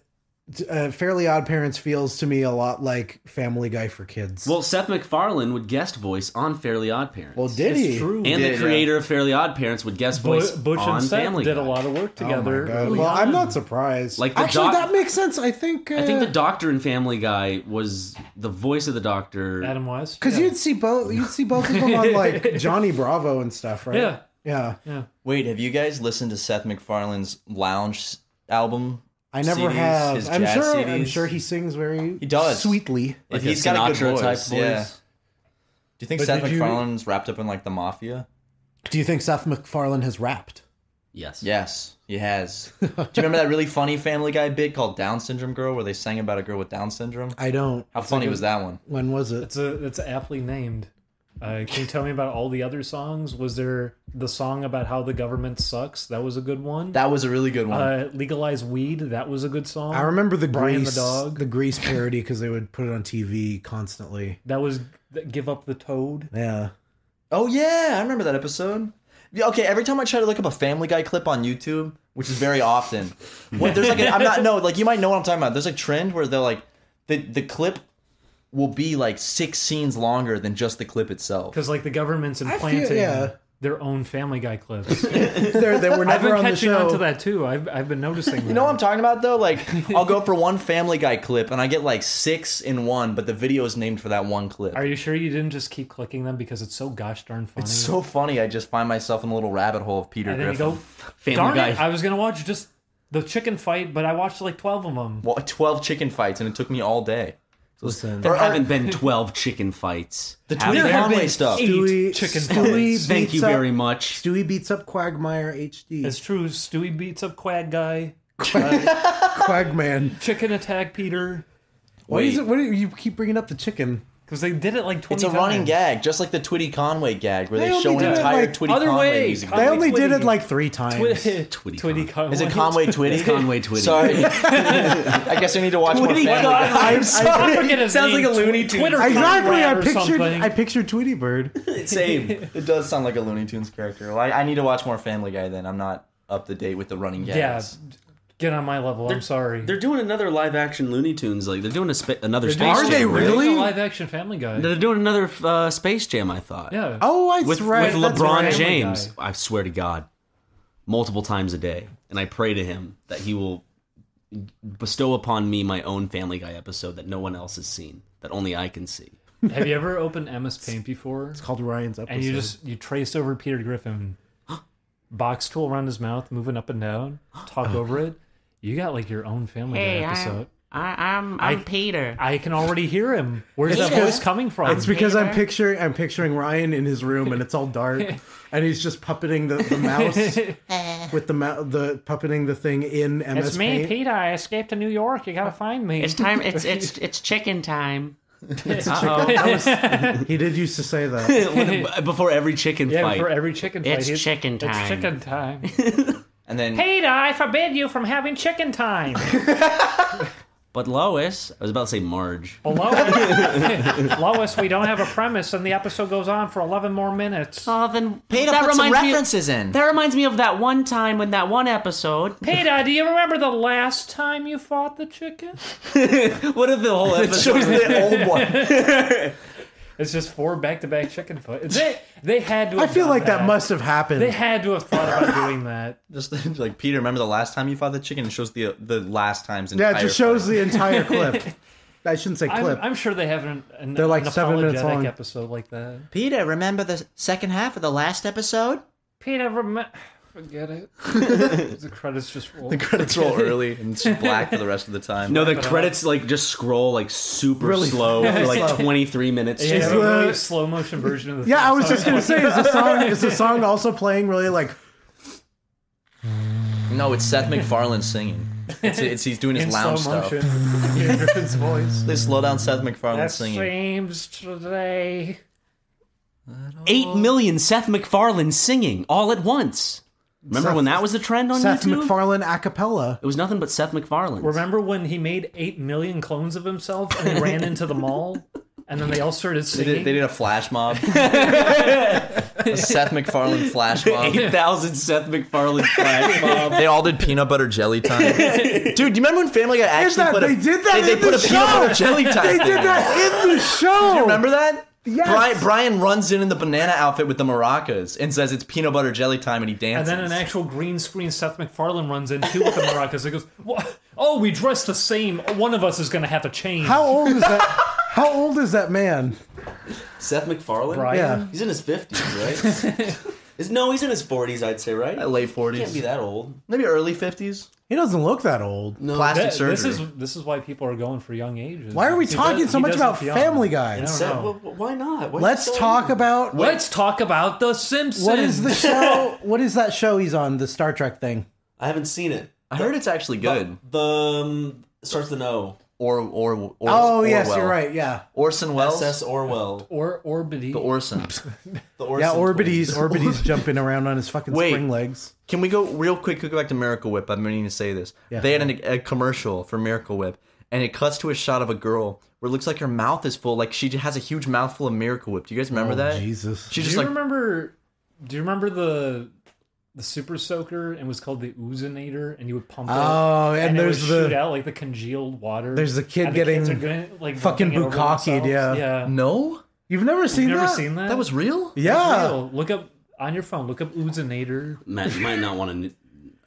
Speaker 3: t- uh, Fairly Odd Parents feels to me a lot like Family Guy for kids.
Speaker 2: Well, Seth MacFarlane would guest voice on Fairly Odd Parents.
Speaker 3: Well, did
Speaker 5: it's
Speaker 3: he?
Speaker 5: true.
Speaker 2: and
Speaker 4: Yeah,
Speaker 2: the
Speaker 4: yeah.
Speaker 2: creator of Fairly Odd Parents would guest
Speaker 5: Bu-
Speaker 2: voice
Speaker 5: Butch
Speaker 2: on
Speaker 5: and Seth
Speaker 2: Family
Speaker 5: did
Speaker 2: Guy.
Speaker 5: a lot of work
Speaker 3: Oh my
Speaker 5: together.
Speaker 3: God.
Speaker 5: early
Speaker 3: Well, I'm
Speaker 5: on.
Speaker 3: not surprised.
Speaker 2: Like the
Speaker 3: actually,
Speaker 2: doc-
Speaker 3: that makes sense. I think. Uh,
Speaker 2: I think the doctor in Family Guy was the voice of the doctor.
Speaker 5: Adam West.
Speaker 3: because
Speaker 5: yeah.
Speaker 3: you'd see both. You'd see both of them on like Johnny Bravo and stuff, right?
Speaker 5: Yeah.
Speaker 3: Yeah.
Speaker 4: Wait, have you guys listened to Seth MacFarlane's Lounge album?
Speaker 3: I never
Speaker 4: CDs,
Speaker 3: have.
Speaker 4: his
Speaker 3: I'm
Speaker 4: jazz
Speaker 3: sure. I'm
Speaker 4: CDs?
Speaker 3: sure he sings very he
Speaker 4: does.
Speaker 3: sweetly.
Speaker 2: like
Speaker 4: If he's
Speaker 2: a
Speaker 4: got a good
Speaker 2: Sinatra type
Speaker 4: voice, yeah.
Speaker 2: voice.
Speaker 4: Do you think
Speaker 5: But
Speaker 4: Seth
Speaker 5: did you-
Speaker 4: MacFarlane's wrapped up in like the mafia?
Speaker 3: Do you think Seth MacFarlane has rapped?
Speaker 2: Yes.
Speaker 4: Yes, he has. Do you remember that really funny Family Guy bit called Down Syndrome Girl where they sang about a girl with Down syndrome?
Speaker 3: I don't.
Speaker 4: How funny was that one?
Speaker 3: When was it?
Speaker 5: It's a it's aptly named. Uh, can you tell me about all the other songs? Was there the song about how the government sucks? That was a good one.
Speaker 4: That was a really good one.
Speaker 5: uh, legalize weed. That was a good song.
Speaker 3: I remember the
Speaker 5: Brian the
Speaker 3: Grease, the,
Speaker 5: dog.
Speaker 3: Grease parody because they would put it on TV constantly.
Speaker 5: That was th- give up the toad.
Speaker 3: Yeah,
Speaker 4: oh yeah, I remember that episode. Yeah, okay, every time I try to look up a Family Guy clip on YouTube, which is very often, when there's like a, I'm not no like you might know what I'm talking about. There's a trend where they're like the the clip will be like six scenes longer than just the clip itself.
Speaker 5: Because like the government's
Speaker 3: feel-
Speaker 5: implanting
Speaker 3: yeah.
Speaker 5: their own Family Guy clips.
Speaker 3: They're- they were
Speaker 5: I've
Speaker 3: never
Speaker 5: been
Speaker 3: on the
Speaker 5: catching on
Speaker 3: show.
Speaker 5: to that too. I've I've been noticing.
Speaker 4: You know what I'm talking about though? Like I'll go for one Family Guy clip and I get like six in one, but the video is named for that one clip.
Speaker 5: Are you sure you didn't just keep clicking them because it's so gosh darn funny?
Speaker 4: It's so funny. I just find myself in a little rabbit hole of Peter
Speaker 5: and then you
Speaker 4: Griffin.
Speaker 5: go,
Speaker 2: Family
Speaker 5: darn
Speaker 2: Guy.
Speaker 5: it! I was gonna watch just the chicken fight, but I watched like twelve of them.
Speaker 4: Well, Twelve chicken fights, and it took me all day.
Speaker 3: Listen,
Speaker 2: There
Speaker 4: Or-
Speaker 2: haven't been 12 chicken fights.
Speaker 4: The
Speaker 2: Have
Speaker 4: Tweety
Speaker 2: there?
Speaker 5: have
Speaker 4: Conway
Speaker 5: been
Speaker 4: stuff.
Speaker 5: eight.
Speaker 3: Stewie,
Speaker 5: chicken
Speaker 3: Stewie
Speaker 5: fillets.
Speaker 3: beats
Speaker 2: Thank you
Speaker 3: up,
Speaker 2: very much.
Speaker 3: Stewie beats up Quagmire HD.
Speaker 5: It's true. Stewie beats up Quag Guy.
Speaker 3: Quagman.
Speaker 5: Chicken attack Peter.
Speaker 3: Why is
Speaker 2: Wait.
Speaker 3: it? What do you keep bringing up the chicken?
Speaker 5: Because they did it like twenty.
Speaker 4: It's a running
Speaker 5: times.
Speaker 4: gag, just like the Twitty Conway gag, where they,
Speaker 3: They only
Speaker 4: show an
Speaker 3: do it,
Speaker 4: entire
Speaker 3: like,
Speaker 4: Twitty
Speaker 5: other
Speaker 4: Conway
Speaker 5: way.
Speaker 4: music.
Speaker 3: They
Speaker 5: Conway
Speaker 4: video.
Speaker 3: only did it
Speaker 5: Twitty.
Speaker 3: like three times.
Speaker 5: Twitty,
Speaker 2: Twitty
Speaker 5: Twitty Conway.
Speaker 4: Is it Conway
Speaker 2: It's
Speaker 4: Twitty?
Speaker 2: Conway Twitty.
Speaker 4: Sorry, I guess I need to watch more
Speaker 2: Twitty
Speaker 4: Family
Speaker 2: Conway.
Speaker 4: Guy.
Speaker 3: I'm
Speaker 5: I
Speaker 3: sorry.
Speaker 5: forget his
Speaker 2: Sounds
Speaker 5: name.
Speaker 2: like a Looney
Speaker 5: Tw-
Speaker 2: Tunes.
Speaker 5: Twitter
Speaker 3: Exactly.
Speaker 5: Conrad
Speaker 3: I
Speaker 5: or
Speaker 3: pictured.
Speaker 5: something.
Speaker 3: I pictured Tweety Bird.
Speaker 2: Same.
Speaker 4: It does sound like a Looney Tunes character. Well, I, I need to watch more Family Guy. Then I'm not up to date with the running
Speaker 5: yeah,
Speaker 4: gags.
Speaker 5: get on my level. I'm sorry.
Speaker 2: They're doing another live action Looney Tunes. Like they're doing a spa- another Space Jam.
Speaker 3: doing- Are they
Speaker 2: right?
Speaker 5: They're doing
Speaker 3: really?
Speaker 5: a live action Family Guy.
Speaker 2: They're doing another uh, Space Jam. I thought.
Speaker 5: yeah.
Speaker 3: Oh, that's
Speaker 2: With
Speaker 3: right.
Speaker 2: with
Speaker 3: that's
Speaker 2: LeBron
Speaker 3: right.
Speaker 5: Family
Speaker 2: James.
Speaker 5: Guy.
Speaker 2: I swear to Oh God, multiple times a day, and I pray to him that he will bestow upon me my own Family Guy episode that no one else has seen, that only I can see.
Speaker 5: Have you ever opened MS Paint before?
Speaker 3: It's called Ryan's episode.
Speaker 5: And you just you traced over Peter Griffin, box tool around his mouth, moving up and down, talk over it. You got like your own Family Guy episode.
Speaker 6: I, I'm I'm Peter.
Speaker 5: I can already hear him. Where's that
Speaker 4: Peter.
Speaker 5: voice coming from?
Speaker 3: It's because I'm picturing I'm picturing Ryan in his room and it's all dark and he's just puppeting the, the mouse with the mou- the puppeting the thing in MS
Speaker 5: It's me,
Speaker 3: Paint.
Speaker 5: Peter. I escaped to New York. You gotta find me.
Speaker 6: It's time. It's it's it's chicken time.
Speaker 3: That was- he did used to say that.
Speaker 2: When- before every chicken
Speaker 5: yeah,
Speaker 2: fight.
Speaker 5: for every chicken fight.
Speaker 6: It's
Speaker 5: he-
Speaker 6: chicken time.
Speaker 5: It's chicken time.
Speaker 4: And then
Speaker 5: Peter, I forbid you from having chicken time.
Speaker 2: but Lois, I was about to say Marge.
Speaker 5: Well, Lois, Lois, we don't have a premise, and the episode goes on for 11 more minutes.
Speaker 6: Oh, then
Speaker 4: Peter
Speaker 6: that
Speaker 4: put some
Speaker 6: reminds
Speaker 4: references
Speaker 6: me.
Speaker 4: in.
Speaker 6: That reminds me of that one time when that one episode.
Speaker 5: Peter, uh, do you remember the last time you fought the chicken?
Speaker 2: What if the whole
Speaker 4: It
Speaker 2: episode?
Speaker 4: shows the old one.
Speaker 5: It's just four back-to-back chicken foot. They they had to.
Speaker 3: I
Speaker 5: Have
Speaker 3: feel
Speaker 5: done
Speaker 3: like that
Speaker 5: that
Speaker 3: must have
Speaker 5: They
Speaker 3: happened.
Speaker 5: had to have thought about doing that.
Speaker 4: Just like Peter, remember the last time you fought the chicken? It shows the the last times.
Speaker 3: Yeah,
Speaker 4: Entire
Speaker 3: it just shows the entire clip. I shouldn't say
Speaker 5: I'm,
Speaker 3: clip.
Speaker 5: I'm sure they haven't. An,
Speaker 3: They're like
Speaker 5: an
Speaker 3: seven minutes
Speaker 5: apologetic
Speaker 3: long.
Speaker 5: episode like that.
Speaker 4: Peter, remember the second half of the last episode?
Speaker 5: Peter, rem- forget it. the credits just roll.
Speaker 4: The credits roll early and it's black for the rest of the time.
Speaker 2: No, the credits like just scroll like super
Speaker 3: Really
Speaker 2: slow for like
Speaker 3: slow.
Speaker 2: 23 minutes.
Speaker 5: Yeah,
Speaker 3: Is
Speaker 5: a really
Speaker 3: the-
Speaker 5: slow motion version of the.
Speaker 3: yeah, I
Speaker 5: theme
Speaker 3: was
Speaker 5: song.
Speaker 3: just gonna say, is the song is the song also playing really like
Speaker 4: no, it's Seth MacFarlane singing. It's, it's he's doing his
Speaker 5: in slow
Speaker 4: lounge stuff.
Speaker 5: motion.
Speaker 3: Peter Griffin's voice.
Speaker 4: They slow down Seth MacFarlane
Speaker 5: That
Speaker 4: singing.
Speaker 5: seems today.
Speaker 2: Eight million Seth MacFarlane singing all at once. Remember
Speaker 3: Seth-
Speaker 2: when that was the trend on
Speaker 3: Seth
Speaker 2: YouTube?
Speaker 3: MacFarlane a cappella.
Speaker 2: it was nothing but Seth MacFarlane.
Speaker 5: Remember when he made eight million clones of himself and he ran into the mall, and then they all started
Speaker 4: They
Speaker 5: singing.
Speaker 4: did, they did a flash mob. A Seth MacFarlane flash mob.
Speaker 2: 8,000 Seth MacFarlane flash mob.
Speaker 4: They all did peanut butter jelly time. Dude, do you remember when Family Guy actually
Speaker 3: that-
Speaker 4: put a,
Speaker 3: they did that
Speaker 4: They, they
Speaker 3: in
Speaker 4: put
Speaker 3: the
Speaker 4: a peanut
Speaker 3: show!
Speaker 4: butter jelly time.
Speaker 3: They
Speaker 4: thing.
Speaker 3: did that in the show.
Speaker 4: You remember that?
Speaker 3: Yes.
Speaker 4: Brian, Brian runs in in the banana outfit with the maracas and says it's peanut butter jelly time, and he
Speaker 5: And
Speaker 4: dances.
Speaker 5: then an actual green screen Seth MacFarlane runs in too with the maracas. He goes, "What? "Oh, we dress the same. One of us is going to have to change."
Speaker 3: How old is that? How old is that man?
Speaker 2: Seth MacFarlane?
Speaker 5: Brian?
Speaker 3: Yeah.
Speaker 2: He's in his 50s, right? Is- no, he's in his 40s, I'd say, right?
Speaker 4: Uh, late forties,
Speaker 2: Can't be that old.
Speaker 4: maybe early fifties.
Speaker 3: He doesn't look that old.
Speaker 4: Plastic
Speaker 5: That-
Speaker 4: surgery.
Speaker 5: this is this is why people are going for young ages.
Speaker 3: Why are we
Speaker 5: He
Speaker 3: talking
Speaker 5: does-
Speaker 3: so
Speaker 5: he
Speaker 3: much
Speaker 5: doesn't
Speaker 3: about
Speaker 5: feel-
Speaker 3: Family
Speaker 5: I
Speaker 3: Guy?
Speaker 5: don't
Speaker 2: Seth,
Speaker 5: know.
Speaker 2: wh- wh- why not? Why is
Speaker 3: Let's
Speaker 2: he so-
Speaker 3: talk about
Speaker 5: Let's talk about The Simpsons.
Speaker 3: what is the show? What is that show he's on? The Star Trek thing.
Speaker 2: I haven't seen it. Uh,
Speaker 4: I heard it's actually good.
Speaker 2: The um, starts with an O.
Speaker 4: Or or, or
Speaker 3: Oh yes,
Speaker 4: Orwell.
Speaker 3: you're right. Yeah,
Speaker 4: Orson Welles,
Speaker 2: S.S. Orwell.
Speaker 5: or Orbity?
Speaker 4: the Orson.
Speaker 2: The Orson
Speaker 3: yeah.
Speaker 2: twins.
Speaker 3: Orbity's Orbity's jumping around on his fucking
Speaker 4: Wait.
Speaker 3: spring legs.
Speaker 4: Can we go real quick? Go back to Miracle Whip. I'm meaning to say this. They had an, a commercial for Miracle Whip, and it cuts to a shot of a girl where it looks like her mouth is full, like she has a huge mouthful of Miracle Whip. Do you guys remember that?
Speaker 3: Oh, Jesus.
Speaker 4: She's
Speaker 5: do
Speaker 4: just
Speaker 5: you
Speaker 4: like,
Speaker 5: remember? Do you remember the the Super Soaker and was called the Oozinator, and you would pump it.
Speaker 3: Oh, and
Speaker 5: and it would
Speaker 3: there's the-
Speaker 5: shoot out like the congealed water.
Speaker 3: There's the kid
Speaker 5: and the kids
Speaker 3: getting
Speaker 5: are gonna, like
Speaker 3: fucking
Speaker 5: dumping it over
Speaker 3: bukkakeed,
Speaker 5: themselves.
Speaker 3: yeah.
Speaker 5: yeah.
Speaker 4: no,
Speaker 3: You've never seen
Speaker 5: Never
Speaker 3: that?
Speaker 5: seen that.
Speaker 4: that was real.
Speaker 3: Yeah,
Speaker 5: Real. Look up on your phone. Look up Oozinator.
Speaker 2: Matt, you might not want to.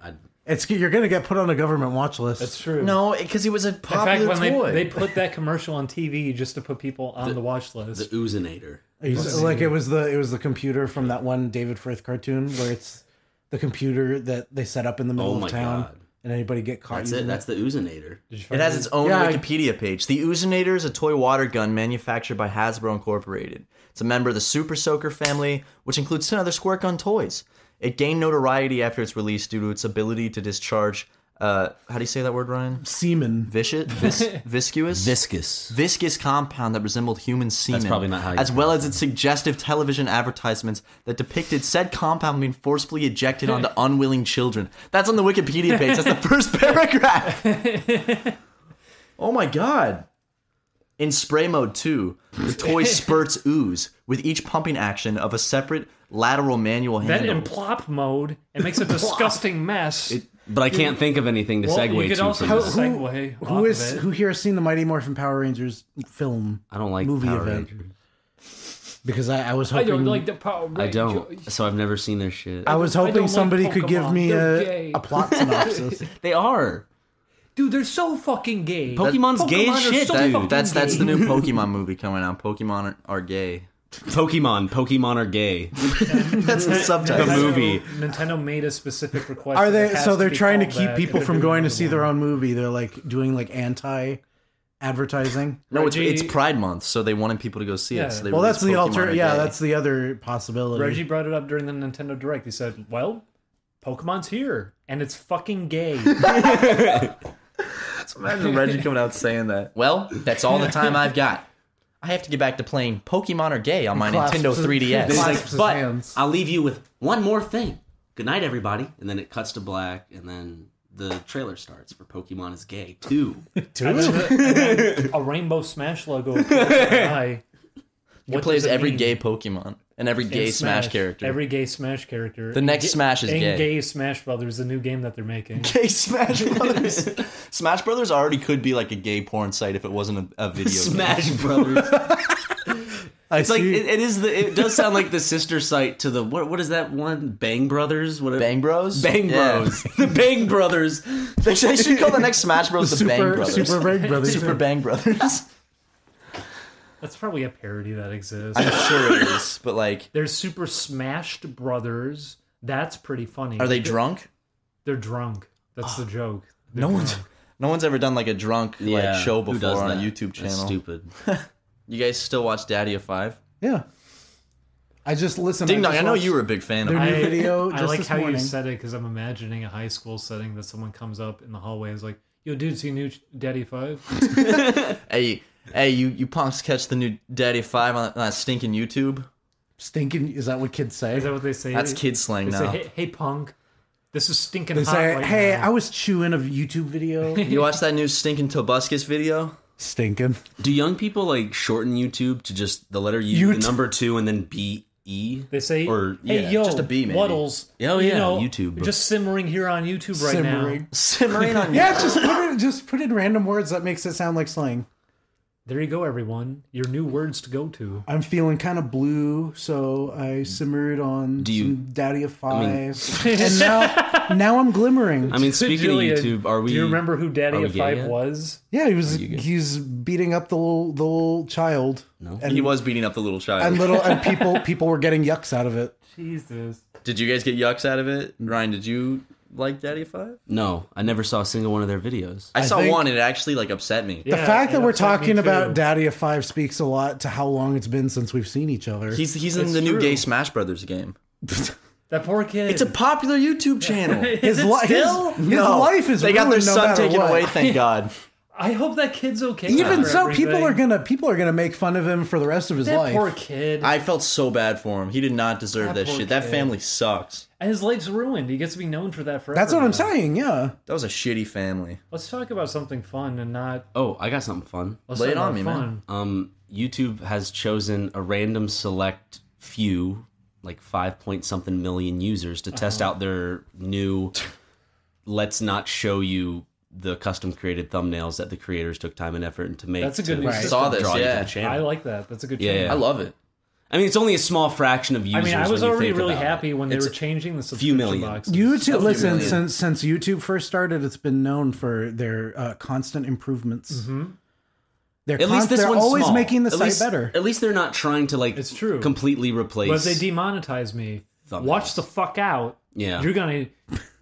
Speaker 2: I,
Speaker 3: it's you're gonna get put on a government watch list.
Speaker 5: That's true.
Speaker 4: No, because it was a
Speaker 5: In fact,
Speaker 4: popular
Speaker 5: when
Speaker 4: toy.
Speaker 5: they they put that commercial on TV just to put people on the, watch
Speaker 2: the
Speaker 5: list.
Speaker 2: Oozinator.
Speaker 3: He's- like it was the it was the computer from that one David Frith cartoon where it's the computer that they set up in the middle
Speaker 2: my
Speaker 3: of town
Speaker 2: God.
Speaker 3: and anybody get caught.
Speaker 2: That's
Speaker 3: using
Speaker 2: it. That's the Oozinator.
Speaker 5: Did you
Speaker 4: it
Speaker 5: find
Speaker 4: has its own
Speaker 3: Yeah, I-
Speaker 4: Wikipedia page. The Oozinator is a toy water gun manufactured by Hasbro Incorporated. It's a member of the Super Soaker family, which includes 10 other squirt gun toys. It gained notoriety after its release due to its ability to discharge, uh, how do you say that word, Ryan?
Speaker 3: semen.
Speaker 4: Vicious? Vis- viscous?
Speaker 2: Viscous.
Speaker 4: viscous compound that resembled human semen.
Speaker 2: probably not how you
Speaker 4: As well as its suggestive television advertisements that depicted said compound being forcefully ejected onto unwilling children. That's on the Wikipedia page. That's the first paragraph. oh my god. In spray mode too, the toy spurts ooze with each pumping action of a separate lateral manual
Speaker 5: Then
Speaker 4: handle.
Speaker 5: in plop mode, it makes a disgusting mess.
Speaker 2: But I can't think of anything to
Speaker 5: Well,
Speaker 2: segue
Speaker 5: you could
Speaker 2: to.
Speaker 5: also
Speaker 2: From
Speaker 5: have
Speaker 2: this.
Speaker 5: a segue.
Speaker 3: Who is who here has seen the Mighty Morphin Power Rangers film?
Speaker 2: I don't like
Speaker 3: movie
Speaker 2: Power
Speaker 3: event
Speaker 2: Rangers.
Speaker 3: because I, I was
Speaker 5: I
Speaker 3: hoping I,
Speaker 5: don't like the Power
Speaker 2: I
Speaker 5: Rangers.
Speaker 2: don't. So I've never seen their shit.
Speaker 3: was
Speaker 5: I don't
Speaker 3: hoping
Speaker 5: like
Speaker 3: somebody could give
Speaker 5: Pokemon.
Speaker 3: me
Speaker 5: They're
Speaker 3: a,
Speaker 5: gay.
Speaker 3: a plot synopsis.
Speaker 2: they are.
Speaker 5: Dude, they're so fucking gay.
Speaker 2: Pokemon's gay as
Speaker 5: Pokemon are
Speaker 2: shit,
Speaker 5: so
Speaker 2: dude.
Speaker 5: fucking
Speaker 4: that's that's the
Speaker 5: gay.
Speaker 4: new Pokemon movie coming out. Pokemon are, are gay.
Speaker 2: Pokemon. Pokemon are gay.
Speaker 4: That's the subtitle.
Speaker 2: The
Speaker 5: Nintendo-
Speaker 2: movie.
Speaker 5: Nintendo made a specific request.
Speaker 3: Are
Speaker 5: that it
Speaker 3: they?
Speaker 5: has
Speaker 3: So they're
Speaker 5: be
Speaker 3: trying to
Speaker 5: called
Speaker 3: keep
Speaker 5: that
Speaker 3: people
Speaker 5: if
Speaker 3: from
Speaker 5: they're
Speaker 3: going to
Speaker 5: gonna
Speaker 3: see
Speaker 5: do
Speaker 3: their
Speaker 5: one.
Speaker 3: own movie. They're like doing like anti advertising.
Speaker 4: No, it's, it's
Speaker 5: Reggie-
Speaker 4: Pride Month, so they wanted people to go see
Speaker 5: Yeah.
Speaker 4: it. So they
Speaker 3: Well, that's
Speaker 4: released
Speaker 3: the
Speaker 4: Pokemon
Speaker 3: alter.
Speaker 4: a
Speaker 3: Yeah,
Speaker 4: day.
Speaker 3: that's the other possibility.
Speaker 5: Reggie brought it up during the Nintendo Direct. He said, "Well, Pokemon's here, and it's fucking gay."
Speaker 4: Imagine Reggie coming out saying that. Well, that's all the time I've got. I have to get back to playing Pokemon or gay on my
Speaker 3: Clasps
Speaker 4: Nintendo
Speaker 3: his-
Speaker 4: 3DS.
Speaker 3: Clasps
Speaker 2: Like,
Speaker 3: his
Speaker 2: but
Speaker 3: hands.
Speaker 2: I'll leave you with one more thing. Good night, everybody. And then it cuts to black, and then the trailer starts for Pokemon is gay too.
Speaker 5: And then- and then a Rainbow Smash logo. appears in my eye.
Speaker 4: He
Speaker 5: What
Speaker 4: plays
Speaker 5: does it
Speaker 4: every
Speaker 5: mean?
Speaker 4: gay Pokemon and every
Speaker 5: In
Speaker 4: gay Smash, character.
Speaker 5: Every gay Smash character.
Speaker 4: The next Smash is
Speaker 5: and
Speaker 4: gay.
Speaker 5: Gay Smash Brothers, the new game that they're making.
Speaker 4: gay Smash Brothers. Smash Brothers already could be like a gay porn site if it wasn't a, a video. game.
Speaker 2: Smash Brothers.
Speaker 3: I
Speaker 2: It's like
Speaker 3: see-
Speaker 2: it, it is the. It does sound like the sister site to the what? What is that one? Bang Brothers. What?
Speaker 4: Bang Bros.
Speaker 2: Bang
Speaker 4: Yeah.
Speaker 2: Bros. the Bang Brothers.
Speaker 4: They should, they should call the next Smash Bros. the
Speaker 3: Super
Speaker 4: Bang Brothers.
Speaker 3: Super Bang Brothers.
Speaker 4: Super Bang Brothers.
Speaker 5: That's probably a parody that exists.
Speaker 4: I'm sure it is, but like,
Speaker 5: There's Super Smashed Brothers. That's pretty funny.
Speaker 4: are they drunk?
Speaker 5: They're drunk. That's the joke. They're
Speaker 4: No one's.
Speaker 5: drunk.
Speaker 4: No one's ever done like a drunk like show
Speaker 2: who
Speaker 4: before
Speaker 2: does
Speaker 4: on a
Speaker 2: that?
Speaker 4: YouTube channel.
Speaker 2: That's stupid.
Speaker 4: You guys still watch Daddy of Five?
Speaker 3: yeah. I just listened.
Speaker 4: Ding
Speaker 3: I,
Speaker 4: dong!
Speaker 3: just
Speaker 4: I know
Speaker 3: watched-
Speaker 4: you were a big fan of.
Speaker 3: They're
Speaker 4: it.
Speaker 3: new
Speaker 5: I,
Speaker 3: video
Speaker 5: I
Speaker 3: just
Speaker 5: like
Speaker 3: this
Speaker 5: how
Speaker 3: morning.
Speaker 5: you said it because I'm imagining a high school setting that someone comes up in the hallway and is like, "Yo, dude, see new Daddy Five?
Speaker 4: Hey, hey, you you punks catch the new Daddy of Five on, on that stinking YouTube?
Speaker 3: Stinking. Is that what kids say?
Speaker 5: Is that what they say?
Speaker 4: That's kid slang
Speaker 5: They say,
Speaker 4: now.
Speaker 5: "Hey, hey punk, this is stinking
Speaker 3: They
Speaker 5: hot
Speaker 3: say,
Speaker 5: right
Speaker 3: "Hey,
Speaker 5: now."
Speaker 3: I was chewing a YouTube video,
Speaker 4: You watch that new stinking Tobuscus video?
Speaker 3: stinking."
Speaker 2: Do young people like shorten YouTube to just the letter U, the
Speaker 3: Yout-
Speaker 2: number two, and then B E?
Speaker 5: They say,
Speaker 2: or
Speaker 5: hey,
Speaker 2: yeah,
Speaker 5: yo,
Speaker 4: just a B, maybe.
Speaker 5: Waddles.
Speaker 2: Oh,
Speaker 5: you
Speaker 2: yeah,
Speaker 5: know,
Speaker 2: YouTube.
Speaker 5: Just simmering here on YouTube right now.
Speaker 3: Simmering.
Speaker 4: Simmering on
Speaker 3: Yeah, just put in, just put in random words that makes it sound like slang.
Speaker 5: There you go, everyone. Your new words to go to.
Speaker 3: I'm feeling kind of blue, so I simmered on
Speaker 2: Do you-
Speaker 3: some Daddy of Five, and now now I'm glimmering.
Speaker 2: I mean, speaking
Speaker 5: Julia,
Speaker 2: of YouTube, are we?
Speaker 5: Do you remember who
Speaker 2: are
Speaker 5: Daddy
Speaker 2: we
Speaker 5: of
Speaker 2: gay
Speaker 5: Five
Speaker 2: yet?
Speaker 5: was?
Speaker 3: yeah, he was he's beating up the little the little child. No, and,
Speaker 4: He was beating up the little child.
Speaker 3: and little and people people were getting yucks out of it.
Speaker 5: Jesus.
Speaker 4: Did you guys get yucks out of it? Ryan, did you like Daddy of Five?
Speaker 2: No, I never saw a single one of their videos.
Speaker 4: I, saw
Speaker 3: think-
Speaker 4: one and it actually like upset me.
Speaker 3: The fact that we're talking about Daddy of Five speaks a lot to how long it's been since we've seen each other.
Speaker 4: He's he's in
Speaker 5: It's
Speaker 4: the new
Speaker 5: true.
Speaker 4: gay Smash Brothers game.
Speaker 5: that poor kid.
Speaker 4: It's a popular YouTube channel.
Speaker 5: Is
Speaker 3: his,
Speaker 5: it
Speaker 3: li-
Speaker 5: still?
Speaker 3: his, his
Speaker 4: No.
Speaker 3: life is
Speaker 4: They got their
Speaker 3: ruined no
Speaker 4: son
Speaker 3: matter
Speaker 4: taken
Speaker 3: what.
Speaker 4: away, thank God.
Speaker 5: I hope that kid's okay.
Speaker 3: Even
Speaker 5: after
Speaker 3: so, people
Speaker 5: everything.
Speaker 3: are gonna people are gonna make fun of him for the rest of his
Speaker 5: That
Speaker 3: life.
Speaker 5: poor kid.
Speaker 4: I felt so bad for him. He did not deserve
Speaker 5: That
Speaker 4: that,
Speaker 5: poor
Speaker 4: shit. That
Speaker 5: kid.
Speaker 4: family sucks.
Speaker 5: and his life's ruined. He gets to be known for that forever.
Speaker 3: That's what I'm
Speaker 5: now.
Speaker 3: saying. Yeah,
Speaker 4: That was a shitty family.
Speaker 5: Let's talk about something fun and not.
Speaker 2: Oh, I got something fun.
Speaker 5: Let's
Speaker 4: Lay
Speaker 5: talk
Speaker 4: it on
Speaker 5: about
Speaker 4: me, man.
Speaker 5: fun.
Speaker 2: Um, YouTube has chosen a random select few, like five point something million users, to test out their new. Let's not show you the custom created thumbnails that the creators took time and effort into make.
Speaker 5: That's a good
Speaker 2: to
Speaker 5: new
Speaker 4: I
Speaker 5: system.
Speaker 4: saw this,
Speaker 2: draw you to
Speaker 4: yeah.
Speaker 2: the channel.
Speaker 5: I like that. That's a good.
Speaker 2: Yeah,
Speaker 5: change.
Speaker 2: yeah.
Speaker 4: I love it.
Speaker 2: I mean, it's only a small fraction of users.
Speaker 5: I mean, I
Speaker 2: when
Speaker 5: was
Speaker 2: you
Speaker 5: already
Speaker 2: think
Speaker 5: really
Speaker 2: about it.
Speaker 5: happy when they
Speaker 2: It's-
Speaker 5: were changing the subscription
Speaker 2: million.
Speaker 5: box.
Speaker 3: YouTube. Listen,
Speaker 4: million.
Speaker 3: since since YouTube first started, it's been known for their uh, constant improvements.
Speaker 5: Mm-hmm.
Speaker 3: They're
Speaker 2: At least
Speaker 3: const-
Speaker 2: this
Speaker 3: they're
Speaker 2: one's
Speaker 3: always
Speaker 2: small.
Speaker 3: making the
Speaker 2: At
Speaker 3: site
Speaker 2: least-
Speaker 3: better.
Speaker 2: At least they're not trying to like.
Speaker 5: It's true.
Speaker 2: Completely replace.
Speaker 5: But if they demonetize me.
Speaker 2: Thumbnails.
Speaker 5: Watch the fuck out.
Speaker 2: Yeah.
Speaker 5: You're gonna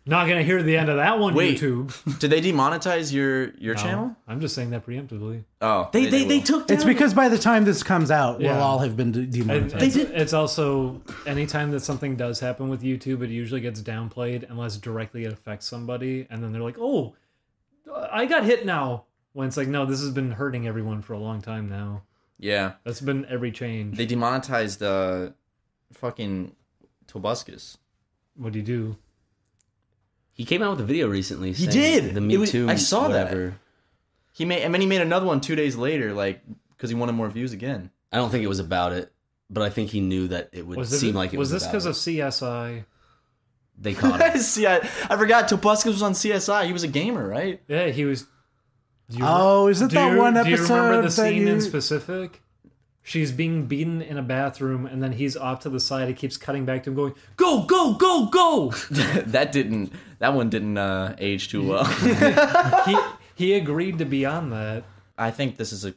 Speaker 5: not gonna hear the end of that one.
Speaker 4: Wait.
Speaker 5: YouTube
Speaker 4: Did they demonetize your your channel?
Speaker 5: I'm just saying that preemptively.
Speaker 4: Oh,
Speaker 2: they they, they
Speaker 4: will.
Speaker 2: took down.
Speaker 3: It's because by the time this comes out,
Speaker 5: Yeah.
Speaker 3: we'll all have been de- demonetized.
Speaker 5: It's, it's also anytime that something does happen with YouTube, it usually gets downplayed unless directly it affects somebody, and then they're like, "Oh, I got hit now." When it's like, no, this has been hurting everyone for a long time now.
Speaker 4: yeah.
Speaker 5: That's been every change.
Speaker 4: They demonetized uh, fucking Tobuscus.
Speaker 5: What do you do?
Speaker 2: he came out with a video recently. He
Speaker 4: did!
Speaker 2: the Me
Speaker 4: It was-
Speaker 2: Too.
Speaker 4: I saw that.
Speaker 2: whatever.
Speaker 4: He made and then he made another one two days later, like because he wanted more views again.
Speaker 2: I don't think it was about it, but I think he knew that it would
Speaker 5: Was it,
Speaker 2: seem like it was,
Speaker 5: was this
Speaker 2: about
Speaker 5: because
Speaker 2: it.
Speaker 5: of CSI?
Speaker 2: they caught it.
Speaker 4: See, I, I forgot Tobuscus was on CSI. He was a gamer, right?
Speaker 5: Yeah, he was. Do you-
Speaker 3: Oh, is it
Speaker 5: do
Speaker 3: that
Speaker 5: you-
Speaker 3: one
Speaker 5: Do you remember the
Speaker 3: episode that
Speaker 5: scene
Speaker 3: you-
Speaker 5: in specific? She's being beaten in a bathroom, and then he's off to the side. He keeps cutting back to him, going, "Go, go, go, go!"
Speaker 4: that didn't. That one didn't uh, age too well.
Speaker 5: he he agreed to be on that.
Speaker 4: I think this is a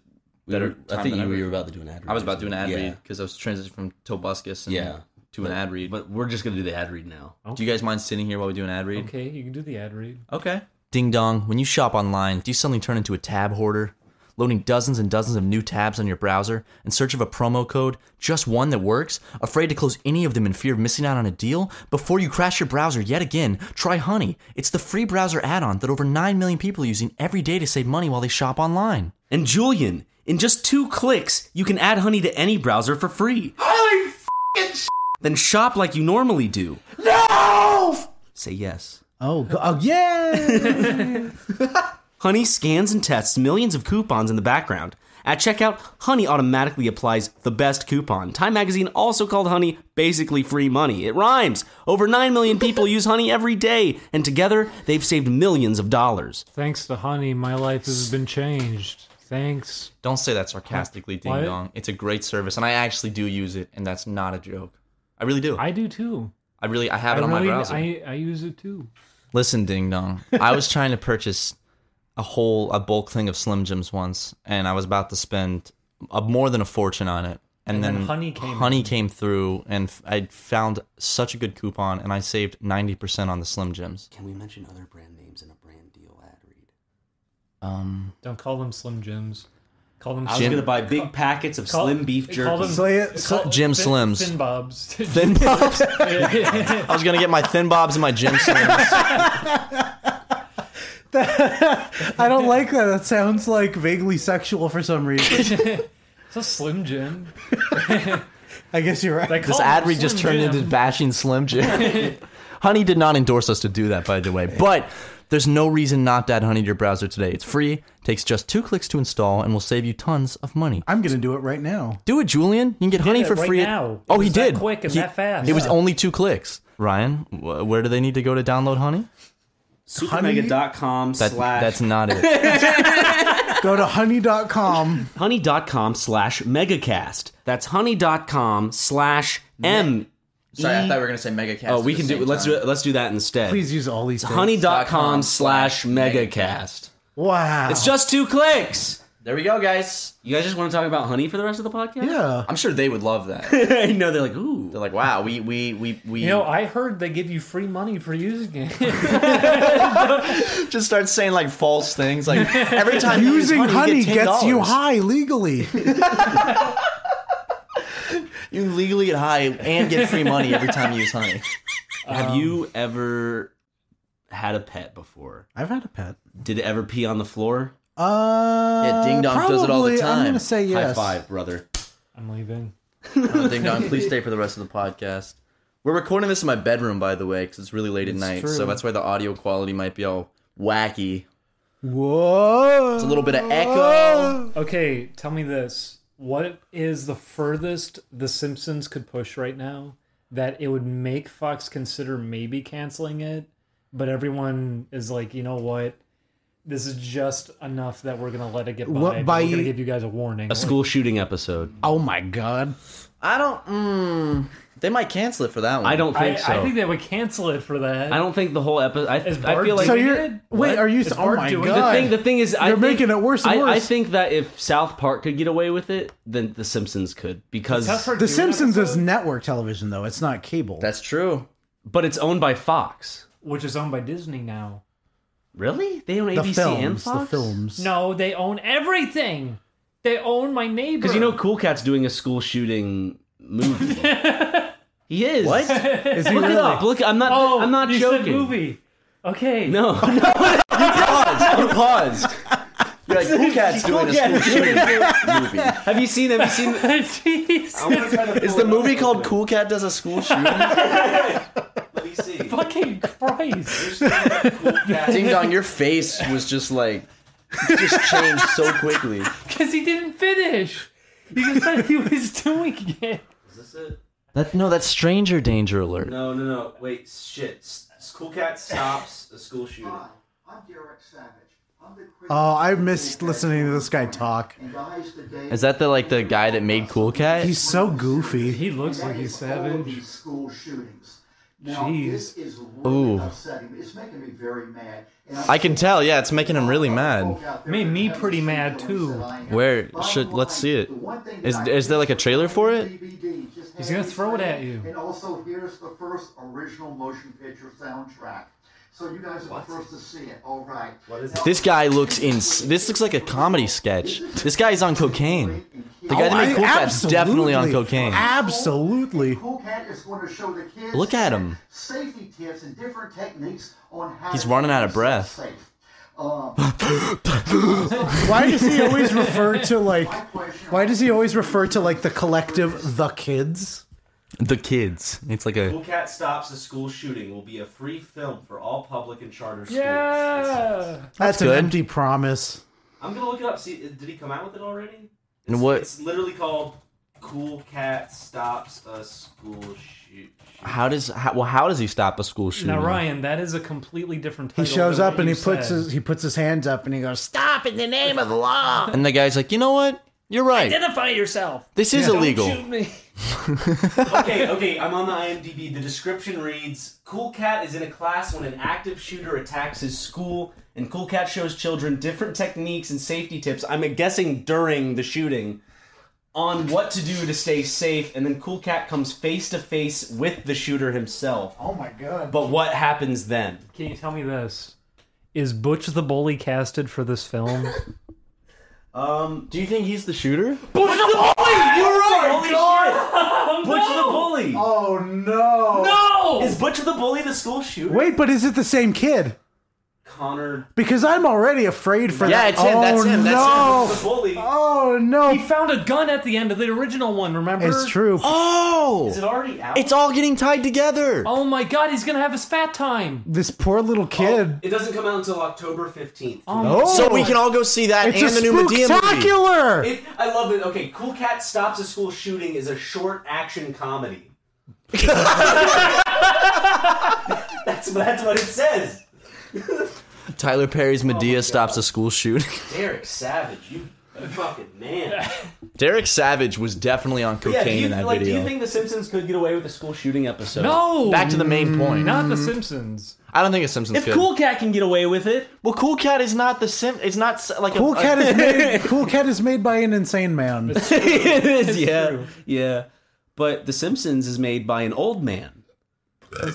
Speaker 4: We
Speaker 2: Better
Speaker 4: were-
Speaker 2: time
Speaker 4: I think
Speaker 2: than
Speaker 4: you,
Speaker 2: ever.
Speaker 4: you were about to do an ad read.
Speaker 2: I was about to do an ad
Speaker 4: yeah.
Speaker 2: read.
Speaker 4: because I was transitioning from Tobuscus and
Speaker 2: Yeah.
Speaker 4: to an ad read. But
Speaker 2: But we're just gonna do the ad read now.
Speaker 4: do you guys mind sitting here while we do an ad read?
Speaker 5: Okay, you can do the ad read.
Speaker 4: Okay. Ding dong, when you shop online, do you suddenly turn into a tab hoarder? Loading dozens and dozens of new tabs on your browser in search of a promo code, just one that works? Afraid to close any of them in fear of missing out on a deal? Before you crash your browser yet again, try Honey. It's the free browser add on that over 9 million people are using every day to save money while they shop online.
Speaker 2: And Julian, in just two clicks, you can add Honey to any browser for free. Holy f***ing Then shop like you normally do. No! Say yes.
Speaker 3: Oh, go- oh yeah.
Speaker 2: Honey scans and tests millions of coupons in the background. At checkout, Honey automatically applies the best coupon. Time magazine also called Honey basically free money. It rhymes. Over 9 million people use Honey every day, and together they've saved millions of dollars.
Speaker 5: Thanks to Honey, my life has been changed. Thanks.
Speaker 4: Don't say that sarcastically, Ding
Speaker 5: What?
Speaker 4: Dong. It's a great service, and I actually do use it, and that's not a joke. I really do. I,
Speaker 5: I do too.
Speaker 4: really, I have
Speaker 5: I
Speaker 4: it on
Speaker 5: really,
Speaker 4: my browser.
Speaker 5: I, I use it too.
Speaker 4: Listen, ding dong. I was trying to purchase a whole a bulk thing of Slim Jims once, and I was about to spend a, more than a fortune on it. And,
Speaker 5: And then
Speaker 4: then,
Speaker 5: honey came
Speaker 4: honey came through, and f- I found such a good coupon, and I saved ninety percent on the Slim Jims.
Speaker 2: Can we mention other brand names in a brand deal ad read?
Speaker 4: Um,
Speaker 5: Don't call them Slim Jims. Call them
Speaker 2: I was
Speaker 5: Slim-
Speaker 2: going to buy big packets of
Speaker 5: call-
Speaker 2: slim beef
Speaker 5: call them-
Speaker 2: jerky.
Speaker 3: Say it.
Speaker 5: call-
Speaker 4: Jim
Speaker 5: Thin-
Speaker 4: Slims.
Speaker 5: Thin Bobs.
Speaker 4: thin bobs. I was gonna get my thin bobs and my Jim Slims.
Speaker 3: I don't like that. That sounds like vaguely sexual for some reason.
Speaker 5: It's a Slim Jim.
Speaker 3: I guess you're right.
Speaker 5: They
Speaker 4: This
Speaker 5: call
Speaker 4: ad
Speaker 5: them
Speaker 4: read just
Speaker 5: Slim
Speaker 4: turned
Speaker 5: Jim.
Speaker 4: into bashing Slim Jim. honey did not endorse us to do that, by the way. But there's no reason not to add Honey to your browser today. It's free, takes just two clicks to install, and will save you tons of money.
Speaker 3: I'm gonna do it right now.
Speaker 4: Do it, Julian. You can get honey
Speaker 5: it
Speaker 4: for
Speaker 5: right
Speaker 4: free.
Speaker 5: now.
Speaker 4: Oh,
Speaker 5: It
Speaker 4: he
Speaker 5: was that
Speaker 4: did.
Speaker 5: quick and
Speaker 4: He-
Speaker 5: that fast.
Speaker 4: It was
Speaker 5: Yeah.
Speaker 4: only two clicks. Ryan, wh- where do they need to go to download honey?
Speaker 2: Supermega.com
Speaker 4: That,
Speaker 2: slash
Speaker 4: That's not it.
Speaker 3: Go to honey.com.
Speaker 2: honey.com slash megacast. That's honey.com slash m.
Speaker 4: Sorry, I thought we were gonna say mega cast.
Speaker 2: Oh, we can do let's do it- let's do that instead.
Speaker 3: Please use all these. things.
Speaker 2: honey.com slash megacast.
Speaker 3: Wow.
Speaker 2: It's just two clicks.
Speaker 4: There we go, guys.
Speaker 2: You guys just want to talk about honey for the rest of the podcast?
Speaker 3: yeah.
Speaker 4: I'm sure they would love that. They're
Speaker 2: I know they're like, ooh.
Speaker 4: like, wow, we we we we
Speaker 5: You know, I heard they give you free money for using it.
Speaker 4: just start saying like false things. Like every time you use
Speaker 3: Using honey,
Speaker 4: you get
Speaker 3: gets you
Speaker 4: $10.
Speaker 3: high legally.
Speaker 4: You legally get high and get free money every time you use honey.
Speaker 2: Have you ever had a pet before?
Speaker 3: I've had a pet.
Speaker 2: Did it ever pee on the floor?
Speaker 3: Uh,
Speaker 4: Yeah, Ding Dong does it all the
Speaker 3: probably. I'm
Speaker 4: time.
Speaker 3: gonna say yes.
Speaker 2: High five, brother.
Speaker 5: I'm leaving.
Speaker 4: Oh, Ding dong, please stay for the rest of the podcast. We're recording this in my bedroom, by the way, because it's really late at night. So
Speaker 5: true.
Speaker 4: that's why the audio quality might be all wacky.
Speaker 3: Whoa.
Speaker 4: A little bit
Speaker 2: Oh.
Speaker 4: of echo.
Speaker 5: Okay, tell me this. What is the furthest The Simpsons could push right now that it would make Fox consider maybe canceling it? But everyone is like, you know what? This is just enough that we're going to let it get by.
Speaker 3: What
Speaker 5: but
Speaker 3: by
Speaker 5: we're going to
Speaker 3: you-
Speaker 5: give you guys a warning.
Speaker 2: A school shooting episode.
Speaker 3: Oh my god.
Speaker 4: I don't. Mm, they might cancel it for that one.
Speaker 2: I don't
Speaker 5: I,
Speaker 2: think so.
Speaker 5: I think they would cancel it for that.
Speaker 2: I don't think the whole episode. I,
Speaker 5: Is
Speaker 2: I
Speaker 5: Bart
Speaker 2: feel like
Speaker 3: So
Speaker 5: doing
Speaker 3: you're
Speaker 5: it?
Speaker 3: wait,
Speaker 5: What?
Speaker 3: are you?
Speaker 5: Is
Speaker 3: oh
Speaker 5: Bart
Speaker 3: my
Speaker 5: doing it?
Speaker 2: the
Speaker 3: god.
Speaker 2: thing. The thing is, I
Speaker 3: You're
Speaker 2: think,
Speaker 3: making it worse and
Speaker 2: I, I
Speaker 3: worse.
Speaker 2: think that if South Park could get away with it, then The Simpsons could because,
Speaker 5: South Park
Speaker 3: the
Speaker 5: do an
Speaker 3: Simpsons is
Speaker 5: episode?
Speaker 3: network television though. It's not cable.
Speaker 4: That's true.
Speaker 2: but it's owned by Fox.
Speaker 5: which is owned by Disney now.
Speaker 2: Really? They own
Speaker 3: the
Speaker 2: ABC and
Speaker 3: films.
Speaker 2: Fox.
Speaker 3: The films.
Speaker 5: No, they own everything. They own my neighbor.
Speaker 2: Because you know, Cool Cat's doing a school shooting movie. he is.
Speaker 4: What?
Speaker 3: Is he
Speaker 2: Look it
Speaker 3: really?
Speaker 2: up. Look, I'm not.
Speaker 5: Oh,
Speaker 2: I'm not
Speaker 5: you
Speaker 2: joking.
Speaker 5: Said movie. Okay.
Speaker 2: No,
Speaker 4: Paused. You paused. You're like, Cool Cat's doing a school shooting movie.
Speaker 2: have you seen? Have you seen?
Speaker 5: Jeez.
Speaker 4: Is the movie called Cool Cat Does a School Shooting?
Speaker 5: Fucking Christ.
Speaker 4: Ding dong, your face was just like just changed so quickly.
Speaker 5: Because he didn't finish. He just said he was doing it.
Speaker 4: That no, that's Stranger Danger Alert.
Speaker 2: No, no, no. Wait, shit. Cool Cat stops a school shooting.
Speaker 7: I'm Derek Savage. I'm the creator
Speaker 3: Oh, I missed listening to this guy talk.
Speaker 7: of Guys Today.
Speaker 4: Is that the like the guy that made Cool Cat?
Speaker 3: He's so goofy.
Speaker 5: He looks like
Speaker 7: That
Speaker 5: he's
Speaker 7: is all of
Speaker 5: savage.
Speaker 7: these school shootings. Now,
Speaker 5: Jeez.
Speaker 7: this is really
Speaker 4: Ooh.
Speaker 7: upsetting. It's making me very mad. And I'm
Speaker 4: I can tell. Yeah, it's making him really mad.
Speaker 5: Made me pretty mad, too.
Speaker 4: Where should- let's see it. Is- is there, like, a trailer for it?
Speaker 5: He's gonna throw it at you.
Speaker 7: And also, here's the first original motion picture soundtrack. So you guys are the first to see it. All right. What is
Speaker 4: This guy looks in. This looks like a comedy sketch. This guy is on cocaine. The guy that made
Speaker 3: I-
Speaker 4: Cool Cat's definitely on
Speaker 3: absolutely.
Speaker 4: cocaine.
Speaker 3: Absolutely.
Speaker 7: Cool Cat is going to show the kids.
Speaker 4: Look at him.
Speaker 7: Safety tips and different techniques on how.
Speaker 4: He's
Speaker 7: to
Speaker 4: running out of
Speaker 7: keep
Speaker 4: breath.
Speaker 7: yourself Safe. Um,
Speaker 3: Why does he always refer to like?
Speaker 7: question-
Speaker 3: Why does he always refer to like the collective, the kids?
Speaker 4: The kids. It's like a.
Speaker 2: Cool Cat Stops a School Shooting will be a free film for all public and charter schools.
Speaker 5: Yeah.
Speaker 3: That's,
Speaker 4: good.
Speaker 3: an empty promise.
Speaker 2: I'm gonna look it up. See, did he come out with it already?
Speaker 4: And what?
Speaker 2: It's literally called Cool Cat Stops a School Shoot.
Speaker 4: How does? How, well, how does he stop a school shooting?
Speaker 5: Now, Ryan, that is a completely different
Speaker 3: He
Speaker 5: title.
Speaker 3: shows
Speaker 5: than
Speaker 3: up
Speaker 5: what
Speaker 3: and
Speaker 5: you
Speaker 3: he puts
Speaker 5: said.
Speaker 3: his he puts his hands up and he goes stop.
Speaker 4: And the guy's like, you know what? You're right.
Speaker 5: Identify yourself.
Speaker 4: This is illegal.
Speaker 5: Shoot me.
Speaker 2: okay, okay, I'm on the IMDb. The description reads Cool Cat is in a class when an active shooter attacks his school, and Cool Cat shows children different techniques and safety tips. I'm guessing during the shooting on what to do to stay safe, and then Cool Cat comes face to face with the shooter himself.
Speaker 3: Oh my god.
Speaker 2: But what happens then?
Speaker 5: Can you tell me this? Is Butch the Bully casted for this film?
Speaker 2: Um,
Speaker 4: Do you think he's the shooter?
Speaker 2: Butch the Bully! You're right! Holy shit! Butch the Bully!
Speaker 3: Oh no.
Speaker 5: no!
Speaker 2: Is Butch the Bully the school shooter?
Speaker 3: Wait, but is it the same kid?
Speaker 2: Connor.
Speaker 3: Because I'm already afraid for
Speaker 4: Yeah,
Speaker 3: that.
Speaker 4: it's him,
Speaker 3: Oh,
Speaker 4: that's him, that's
Speaker 3: no.
Speaker 2: The Bully.
Speaker 3: Oh no.
Speaker 5: He found a gun at the end of the original one, remember?
Speaker 3: It's true.
Speaker 2: Is
Speaker 4: Oh!
Speaker 2: it already out?
Speaker 4: It's all getting tied together.
Speaker 5: Oh my god, he's gonna have his fat time.
Speaker 3: This poor little kid.
Speaker 2: It doesn't come out until October 15th.
Speaker 5: Um,
Speaker 3: Oh,
Speaker 4: So we can all go see that
Speaker 3: It's
Speaker 4: and
Speaker 3: a
Speaker 4: the new Medea movie.
Speaker 3: spectacular.
Speaker 2: It, I love it. Okay, Cool Cat Stops a School Shooting is a short action comedy. that's, that's what it says.
Speaker 4: Tyler Perry's Medea stops a school shooting.
Speaker 2: Derek Savage, you fucking man.
Speaker 4: Derek Savage was definitely on cocaine
Speaker 2: Yeah, do you,
Speaker 4: in that
Speaker 2: like, do
Speaker 4: video.
Speaker 2: you think The Simpsons could get away with a school shooting episode?
Speaker 5: No!
Speaker 4: Back to the main point.
Speaker 5: Not
Speaker 3: Mm.
Speaker 5: The Simpsons.
Speaker 4: I don't think Mm, it's Simpsons.
Speaker 2: If
Speaker 4: could.
Speaker 2: Cool Cat can get away with it,
Speaker 4: well, Cool Cat is not the Sim. It's not s- like
Speaker 3: Cool
Speaker 4: a,
Speaker 3: Cat is made. Cool Cat is made by an insane man.
Speaker 2: it is. Yeah, yeah. But The Simpsons is made by an old man.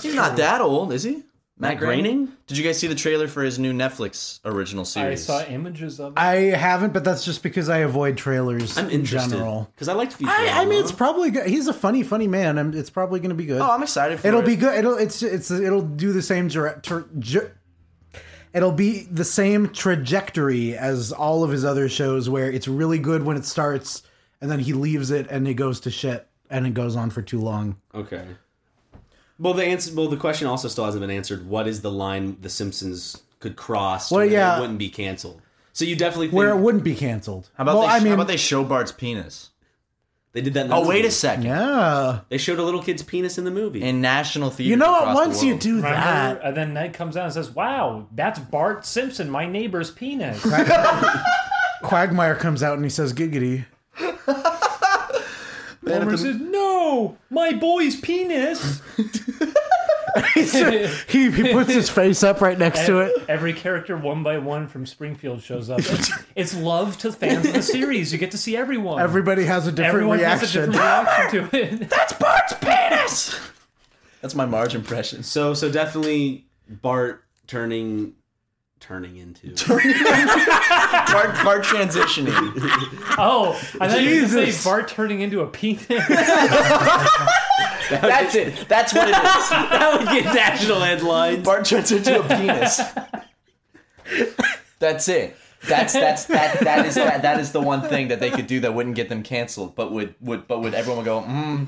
Speaker 4: He's not that old, is he?
Speaker 2: Matt Groening?
Speaker 4: Did you guys see the trailer for his new Netflix original
Speaker 5: I
Speaker 4: series?
Speaker 5: saw images of it.
Speaker 3: I haven't, but that's just because I avoid trailers
Speaker 2: I'm
Speaker 3: in
Speaker 2: interested
Speaker 3: general.
Speaker 2: because I liked Futurama.
Speaker 3: I, I mean, it's probably good. He's a funny, funny man. i it's probably going to be good.
Speaker 4: Oh, I'm excited for
Speaker 3: it'll
Speaker 4: it.
Speaker 3: be good. It'll it's it's it'll do the same director. Ju- It'll be the same trajectory as all of his other shows, where it's really good when it starts, and then he leaves it and it goes to shit, and it goes on for too long.
Speaker 2: Okay. Well, the answer. Well, the question also still hasn't been answered. What is the line The Simpsons could cross? to
Speaker 3: Well,
Speaker 2: where they
Speaker 3: yeah.
Speaker 2: wouldn't be canceled. So you definitely think
Speaker 3: Where it wouldn't be canceled.
Speaker 4: How about
Speaker 3: well,
Speaker 4: they,
Speaker 3: I mean,
Speaker 4: how about they show Bart's penis?
Speaker 2: they did that. In the
Speaker 4: Oh, wait a
Speaker 2: movie.
Speaker 4: second.
Speaker 3: yeah.
Speaker 2: They showed a little kid's penis in the movie.
Speaker 4: In national theater.
Speaker 3: You know what? Once you do
Speaker 5: Remember?
Speaker 3: that,
Speaker 5: And then Ned comes out and says, Wow, that's Bart Simpson, my neighbor's penis.
Speaker 3: Quagmire comes out and he says giggity.
Speaker 5: Homer says, No, my boy's penis.
Speaker 3: He, he puts his face up right next to it.
Speaker 5: Every character, one by one, from Springfield shows up. it's love to fans of the series. You get to see everyone.
Speaker 3: Everybody has a different
Speaker 5: Everyone
Speaker 3: reaction.
Speaker 5: has a different reaction to it.
Speaker 4: That's Bart's penis! That's my Marge impression.
Speaker 2: so, so definitely Bart turning, turning into.
Speaker 4: Bart, Bart transitioning.
Speaker 5: Oh, I thought you were gonna
Speaker 3: Jesus.
Speaker 5: say Bart turning into a penis.
Speaker 4: That's it. That's what it is.
Speaker 2: that would get national headlines.
Speaker 4: Bart turns into a penis. That's it. That's that's that that is that, that is the one thing that they could do that wouldn't get them canceled, but would would but would everyone go mm.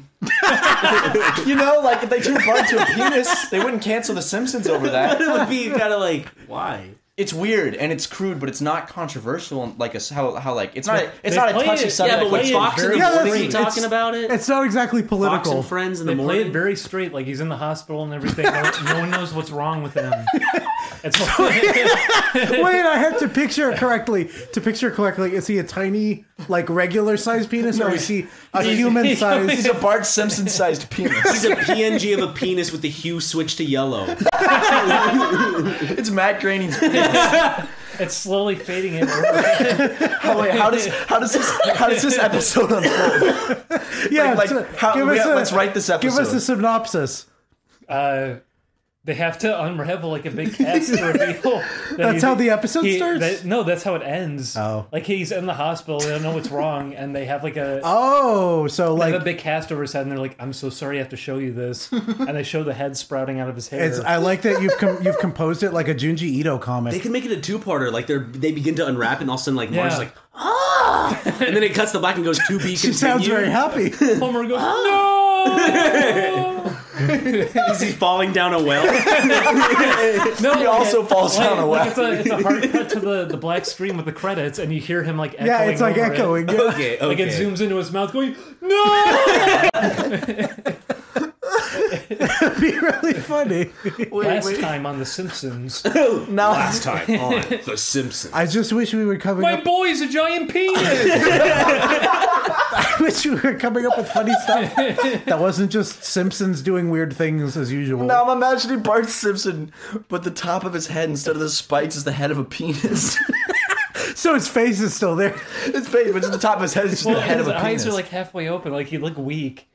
Speaker 4: you know, like if they turned Bart into a penis, they wouldn't cancel The Simpsons over
Speaker 2: it
Speaker 4: that.
Speaker 2: would be kind of like why?
Speaker 4: It's weird and it's crude, but it's not controversial. Like a, how how like it's not it's
Speaker 5: They
Speaker 4: not a
Speaker 5: play
Speaker 4: touchy
Speaker 5: it-
Speaker 4: subject.
Speaker 5: yeah, but
Speaker 4: like
Speaker 5: play it
Speaker 4: Fox
Speaker 5: very-
Speaker 4: in the
Speaker 5: Yeah,
Speaker 4: morning
Speaker 3: that's-
Speaker 4: talking
Speaker 3: it's-
Speaker 4: about it.
Speaker 3: It's not exactly
Speaker 2: Fox
Speaker 3: political.
Speaker 2: and Friends in
Speaker 5: They
Speaker 2: the
Speaker 5: play it
Speaker 2: morning.
Speaker 5: very straight, like he's in the hospital and everything. No, no one knows what's wrong with him. It's more,
Speaker 3: Wait, I had to picture it correctly. To picture it correctly, is he a tiny, like regular sized penis, or is he a human
Speaker 4: He's
Speaker 3: sized?
Speaker 4: a Bart Simpson sized penis.
Speaker 2: He's a PNG of a penis with the hue switched to yellow.
Speaker 4: it's Matt Groening's penis.
Speaker 5: it's slowly fading in. over.
Speaker 4: Oh, wait, how does how does this how does this episode unfold?
Speaker 3: Yeah,
Speaker 4: like,
Speaker 3: so
Speaker 4: how- we got- let's write this
Speaker 3: Give us
Speaker 4: episode.
Speaker 3: a synopsis.
Speaker 5: Uh, they have to unravel like a big cast reveal. that
Speaker 3: That's
Speaker 5: he's-
Speaker 3: how the episode
Speaker 5: he-
Speaker 3: starts?
Speaker 5: that- no, that's how it ends.
Speaker 3: Oh.
Speaker 5: like he's in the hospital. They don't know what's wrong, and they have like a
Speaker 3: Oh, so
Speaker 5: they
Speaker 3: like
Speaker 5: have a big cast over his head, and they're like, "I'm so sorry, I have to show you this." and they show the head sprouting out of his hair.
Speaker 3: It's, I like that you've com- you've composed it like a Junji Ito comic.
Speaker 2: They can make it a two parter. Like they are they begin to unwrap, and all of a sudden, like Marge's
Speaker 5: Yeah.
Speaker 2: like, ah, and then it cuts to black and goes to be
Speaker 3: she
Speaker 2: continued.
Speaker 3: sounds very happy.
Speaker 5: Homer goes,
Speaker 3: Oh.
Speaker 5: "No,
Speaker 2: Is he falling down a well?
Speaker 5: no."
Speaker 4: He also falls down a
Speaker 5: Like, it's,
Speaker 4: well.
Speaker 5: a, it's a hard cut to the, the black screen with the credits, and you hear him like echoing.
Speaker 3: yeah, it's like
Speaker 5: over it.
Speaker 3: echoing. yeah.
Speaker 2: okay, okay.
Speaker 5: Like it zooms into his mouth, going, "No!"
Speaker 3: It'd be really funny.
Speaker 5: Last time on The Simpsons,
Speaker 4: Now
Speaker 2: Last time on The Simpsons.
Speaker 3: I just wish we were coming
Speaker 5: my
Speaker 3: up.
Speaker 5: boy's a giant penis.
Speaker 3: I wish we were coming up with funny stuff that wasn't just Simpsons doing weird things as usual.
Speaker 4: Now I'm imagining Bart Simpson, but the top of his head instead of the spikes is the head of a penis.
Speaker 3: So his face is still there.
Speaker 4: It's fake, but just the top of his head is just
Speaker 5: well,
Speaker 4: the head
Speaker 5: his
Speaker 4: of a
Speaker 5: eyes
Speaker 4: penis.
Speaker 5: are like halfway open, like he look weak.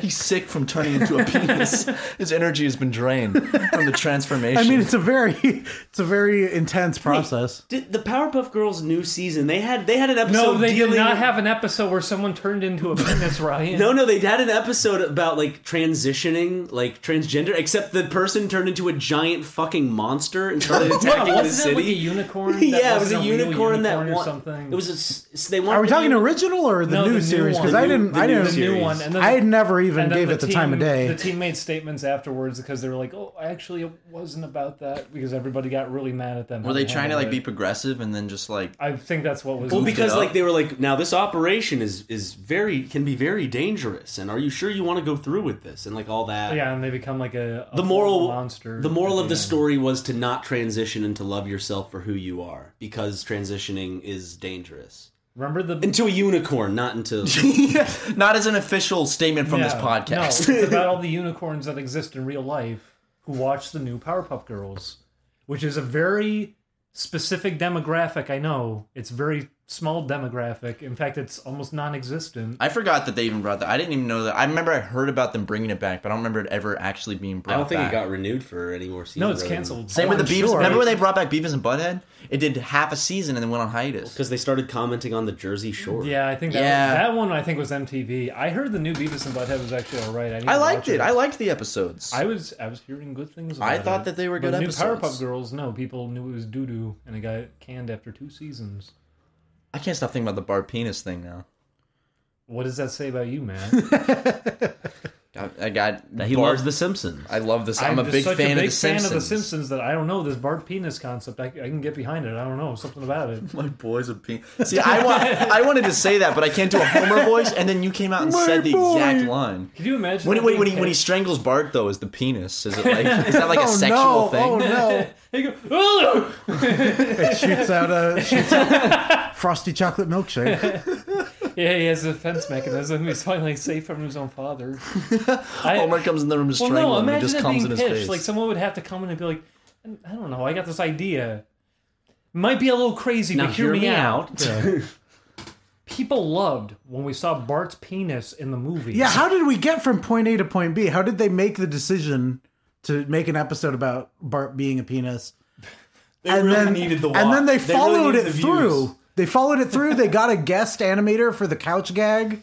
Speaker 4: He's sick from turning into a penis. His energy has been drained from the transformation.
Speaker 3: I mean, it's a very it's a very intense process.
Speaker 2: Did the Powerpuff Girls new season? They had they had an episode.
Speaker 5: No, they did
Speaker 2: dealing-
Speaker 5: not have an episode where someone turned into a penis, Ryan.
Speaker 2: No, no, they had an episode about like transitioning, like transgender. Except the person turned into a giant fucking monster and started
Speaker 5: Yeah,
Speaker 2: attacking the
Speaker 5: wasn't
Speaker 2: city.
Speaker 5: it like a unicorn? That
Speaker 2: yeah, it was a
Speaker 5: wasn't real
Speaker 2: unicorn, that
Speaker 5: unicorn or
Speaker 2: wa-
Speaker 5: something.
Speaker 2: It was. A, s- s- they
Speaker 3: Are we talking
Speaker 2: original?
Speaker 3: original or the
Speaker 5: No, the
Speaker 3: new
Speaker 5: new
Speaker 3: series? Because
Speaker 5: one.
Speaker 3: I didn't,
Speaker 2: The
Speaker 3: I
Speaker 2: new
Speaker 3: didn't,
Speaker 5: the new
Speaker 2: series.
Speaker 5: one. And then
Speaker 3: I had never even
Speaker 5: and then
Speaker 3: gave it the time of
Speaker 5: team-
Speaker 3: day.
Speaker 5: The team made statements afterwards because they were like, "Oh, actually, it wasn't about that," because everybody got really mad at them.
Speaker 4: were they trying to like be progressive and then just like
Speaker 5: I think that's what was.
Speaker 2: Well,
Speaker 4: goofed it
Speaker 2: because
Speaker 4: up.
Speaker 2: like they were like, now this operation is is very can be very dangerous, and are you sure you want to go through with this and like all that?
Speaker 5: yeah, and they become like a, a
Speaker 2: The moral
Speaker 5: monster.
Speaker 2: The moral of the
Speaker 5: Yeah.
Speaker 2: story was to not transition and to love yourself for who you are, because transitioning is dangerous.
Speaker 5: Remember the
Speaker 2: Into a unicorn, not into.
Speaker 4: not as an official statement from this
Speaker 5: Yeah,
Speaker 4: podcast?
Speaker 5: No, it's about all the unicorns that exist in real life who watch the new Powerpuff Girls, which is a very specific demographic. I know it's very small demographic. In fact, it's almost non-existent.
Speaker 4: I forgot that they even brought that. I didn't even know that. I remember I heard about them bringing it back, but I don't remember it ever actually being
Speaker 2: I
Speaker 4: brought.
Speaker 2: don't think
Speaker 4: back.
Speaker 2: it got renewed for any more seasons.
Speaker 5: No, it's canceled.
Speaker 4: Same with the
Speaker 3: I'm
Speaker 4: Beavis.
Speaker 3: sure.
Speaker 4: Remember when they brought back Beavis and Butthead? It did half a season and then went on hiatus.
Speaker 2: because they started commenting on the Jersey Shore.
Speaker 5: Yeah, I think that,
Speaker 4: Yeah.
Speaker 5: that one I think was MTV. I heard the new Beavis and Butthead was actually all right. I, need
Speaker 4: I
Speaker 5: to
Speaker 4: liked
Speaker 5: watch
Speaker 4: it. I liked the episodes.
Speaker 5: I was I was hearing good things. About
Speaker 4: I thought
Speaker 5: it.
Speaker 4: that they were
Speaker 5: But
Speaker 4: good
Speaker 5: new
Speaker 4: episodes.
Speaker 5: Powerpuff Girls. No, people knew it was doo doo, and it got canned after two seasons.
Speaker 4: I can't stop thinking about the bar penis thing now.
Speaker 5: What does that say about you, man?
Speaker 4: I, I got
Speaker 2: He
Speaker 4: Bart-
Speaker 2: loves The Simpsons.
Speaker 4: I love this. I'm, a
Speaker 5: just
Speaker 4: big
Speaker 5: such
Speaker 4: fan
Speaker 5: a big
Speaker 4: of the
Speaker 5: fan
Speaker 4: Simpsons.
Speaker 5: of the Simpsons that I don't know this Bart penis concept. I, I can get behind it. I don't know something about it.
Speaker 4: My boy's a penis. See, I want. I wanted to say that, but I can't do a Homer voice. And then you came out and said the
Speaker 3: boy.
Speaker 4: exact line.
Speaker 5: Can you imagine?
Speaker 4: When,
Speaker 5: that
Speaker 4: when, when, he,
Speaker 5: being
Speaker 4: when he
Speaker 5: ca-
Speaker 4: strangles Bart, though, is the penis? Is it like is that like a
Speaker 3: oh
Speaker 4: sexual
Speaker 3: no!
Speaker 4: thing?
Speaker 3: Oh no!
Speaker 5: He go, "Ugh!"
Speaker 3: It shoots out a shoots out frosty chocolate milkshake.
Speaker 5: yeah, he has a defense mechanism. He's finally safe from his own father. I,
Speaker 4: Homer comes in the room to
Speaker 5: well,
Speaker 4: strangle
Speaker 5: no,
Speaker 4: him and
Speaker 5: imagine
Speaker 4: just
Speaker 5: it
Speaker 4: comes
Speaker 5: being
Speaker 4: in his
Speaker 5: pitched.
Speaker 4: face.
Speaker 5: Like someone would have to come in and be like, I don't know. I got this idea. Might be a little crazy,
Speaker 2: Now
Speaker 5: but
Speaker 2: hear me out.
Speaker 5: People loved when we saw Bart's penis in the movie.
Speaker 3: Yeah, how did we get from point A to point B? How did they make the decision to make an episode about Bart being a penis? They and
Speaker 2: really needed the
Speaker 3: and
Speaker 2: wa-
Speaker 3: then they,
Speaker 2: they really
Speaker 3: followed
Speaker 2: needed the
Speaker 3: it
Speaker 2: views.
Speaker 3: through. They followed it through. They got a guest animator for the couch gag.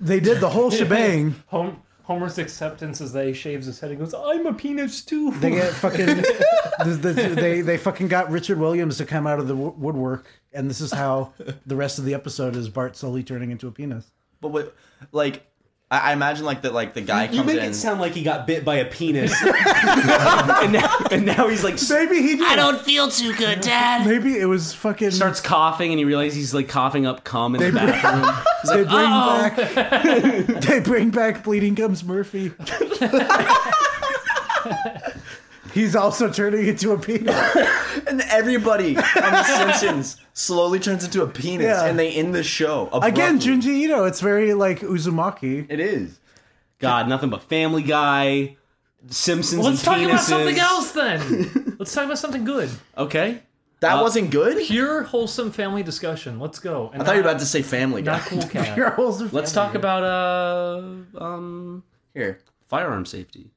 Speaker 3: They did the whole shebang.
Speaker 5: Hom- Homer's acceptance as they shaves his head and goes, "I'm a penis too."
Speaker 3: They get fucking the, the, they they fucking got Richard Williams to come out of the wo- woodwork, and this is how the rest of the episode is Bart slowly turning into a penis.
Speaker 4: but what, like, I, I imagine like that like the guy
Speaker 2: You
Speaker 4: comes
Speaker 2: make
Speaker 4: in.
Speaker 2: it sound like he got bit by a penis, and, now, and now he's like
Speaker 3: Maybe he did.
Speaker 6: I don't feel too good, Dad.
Speaker 3: Maybe it was fucking.
Speaker 2: starts coughing, and he realizes he's like coughing up cum in the bathroom.
Speaker 3: they bring back. they bring back bleeding gums Murphy. He's also turning into a penis.
Speaker 4: and everybody on The Simpsons slowly turns into a penis,
Speaker 3: Yeah.
Speaker 4: and they end the show abruptly.
Speaker 3: Again, Junji Ito. It's very like Uzumaki.
Speaker 4: It is.
Speaker 2: God, nothing but Family Guy, Simpsons.
Speaker 5: Let's
Speaker 2: and
Speaker 5: talk about something
Speaker 2: penises.
Speaker 5: else then. Let's talk about something good.
Speaker 2: Okay.
Speaker 4: That wasn't good.
Speaker 5: Pure wholesome family discussion. Let's go. And
Speaker 4: I thought you were about to say Family Guy.
Speaker 5: not cool cat.
Speaker 3: Your holes are
Speaker 2: Let's talk about uh um
Speaker 4: Here,
Speaker 2: firearm safety.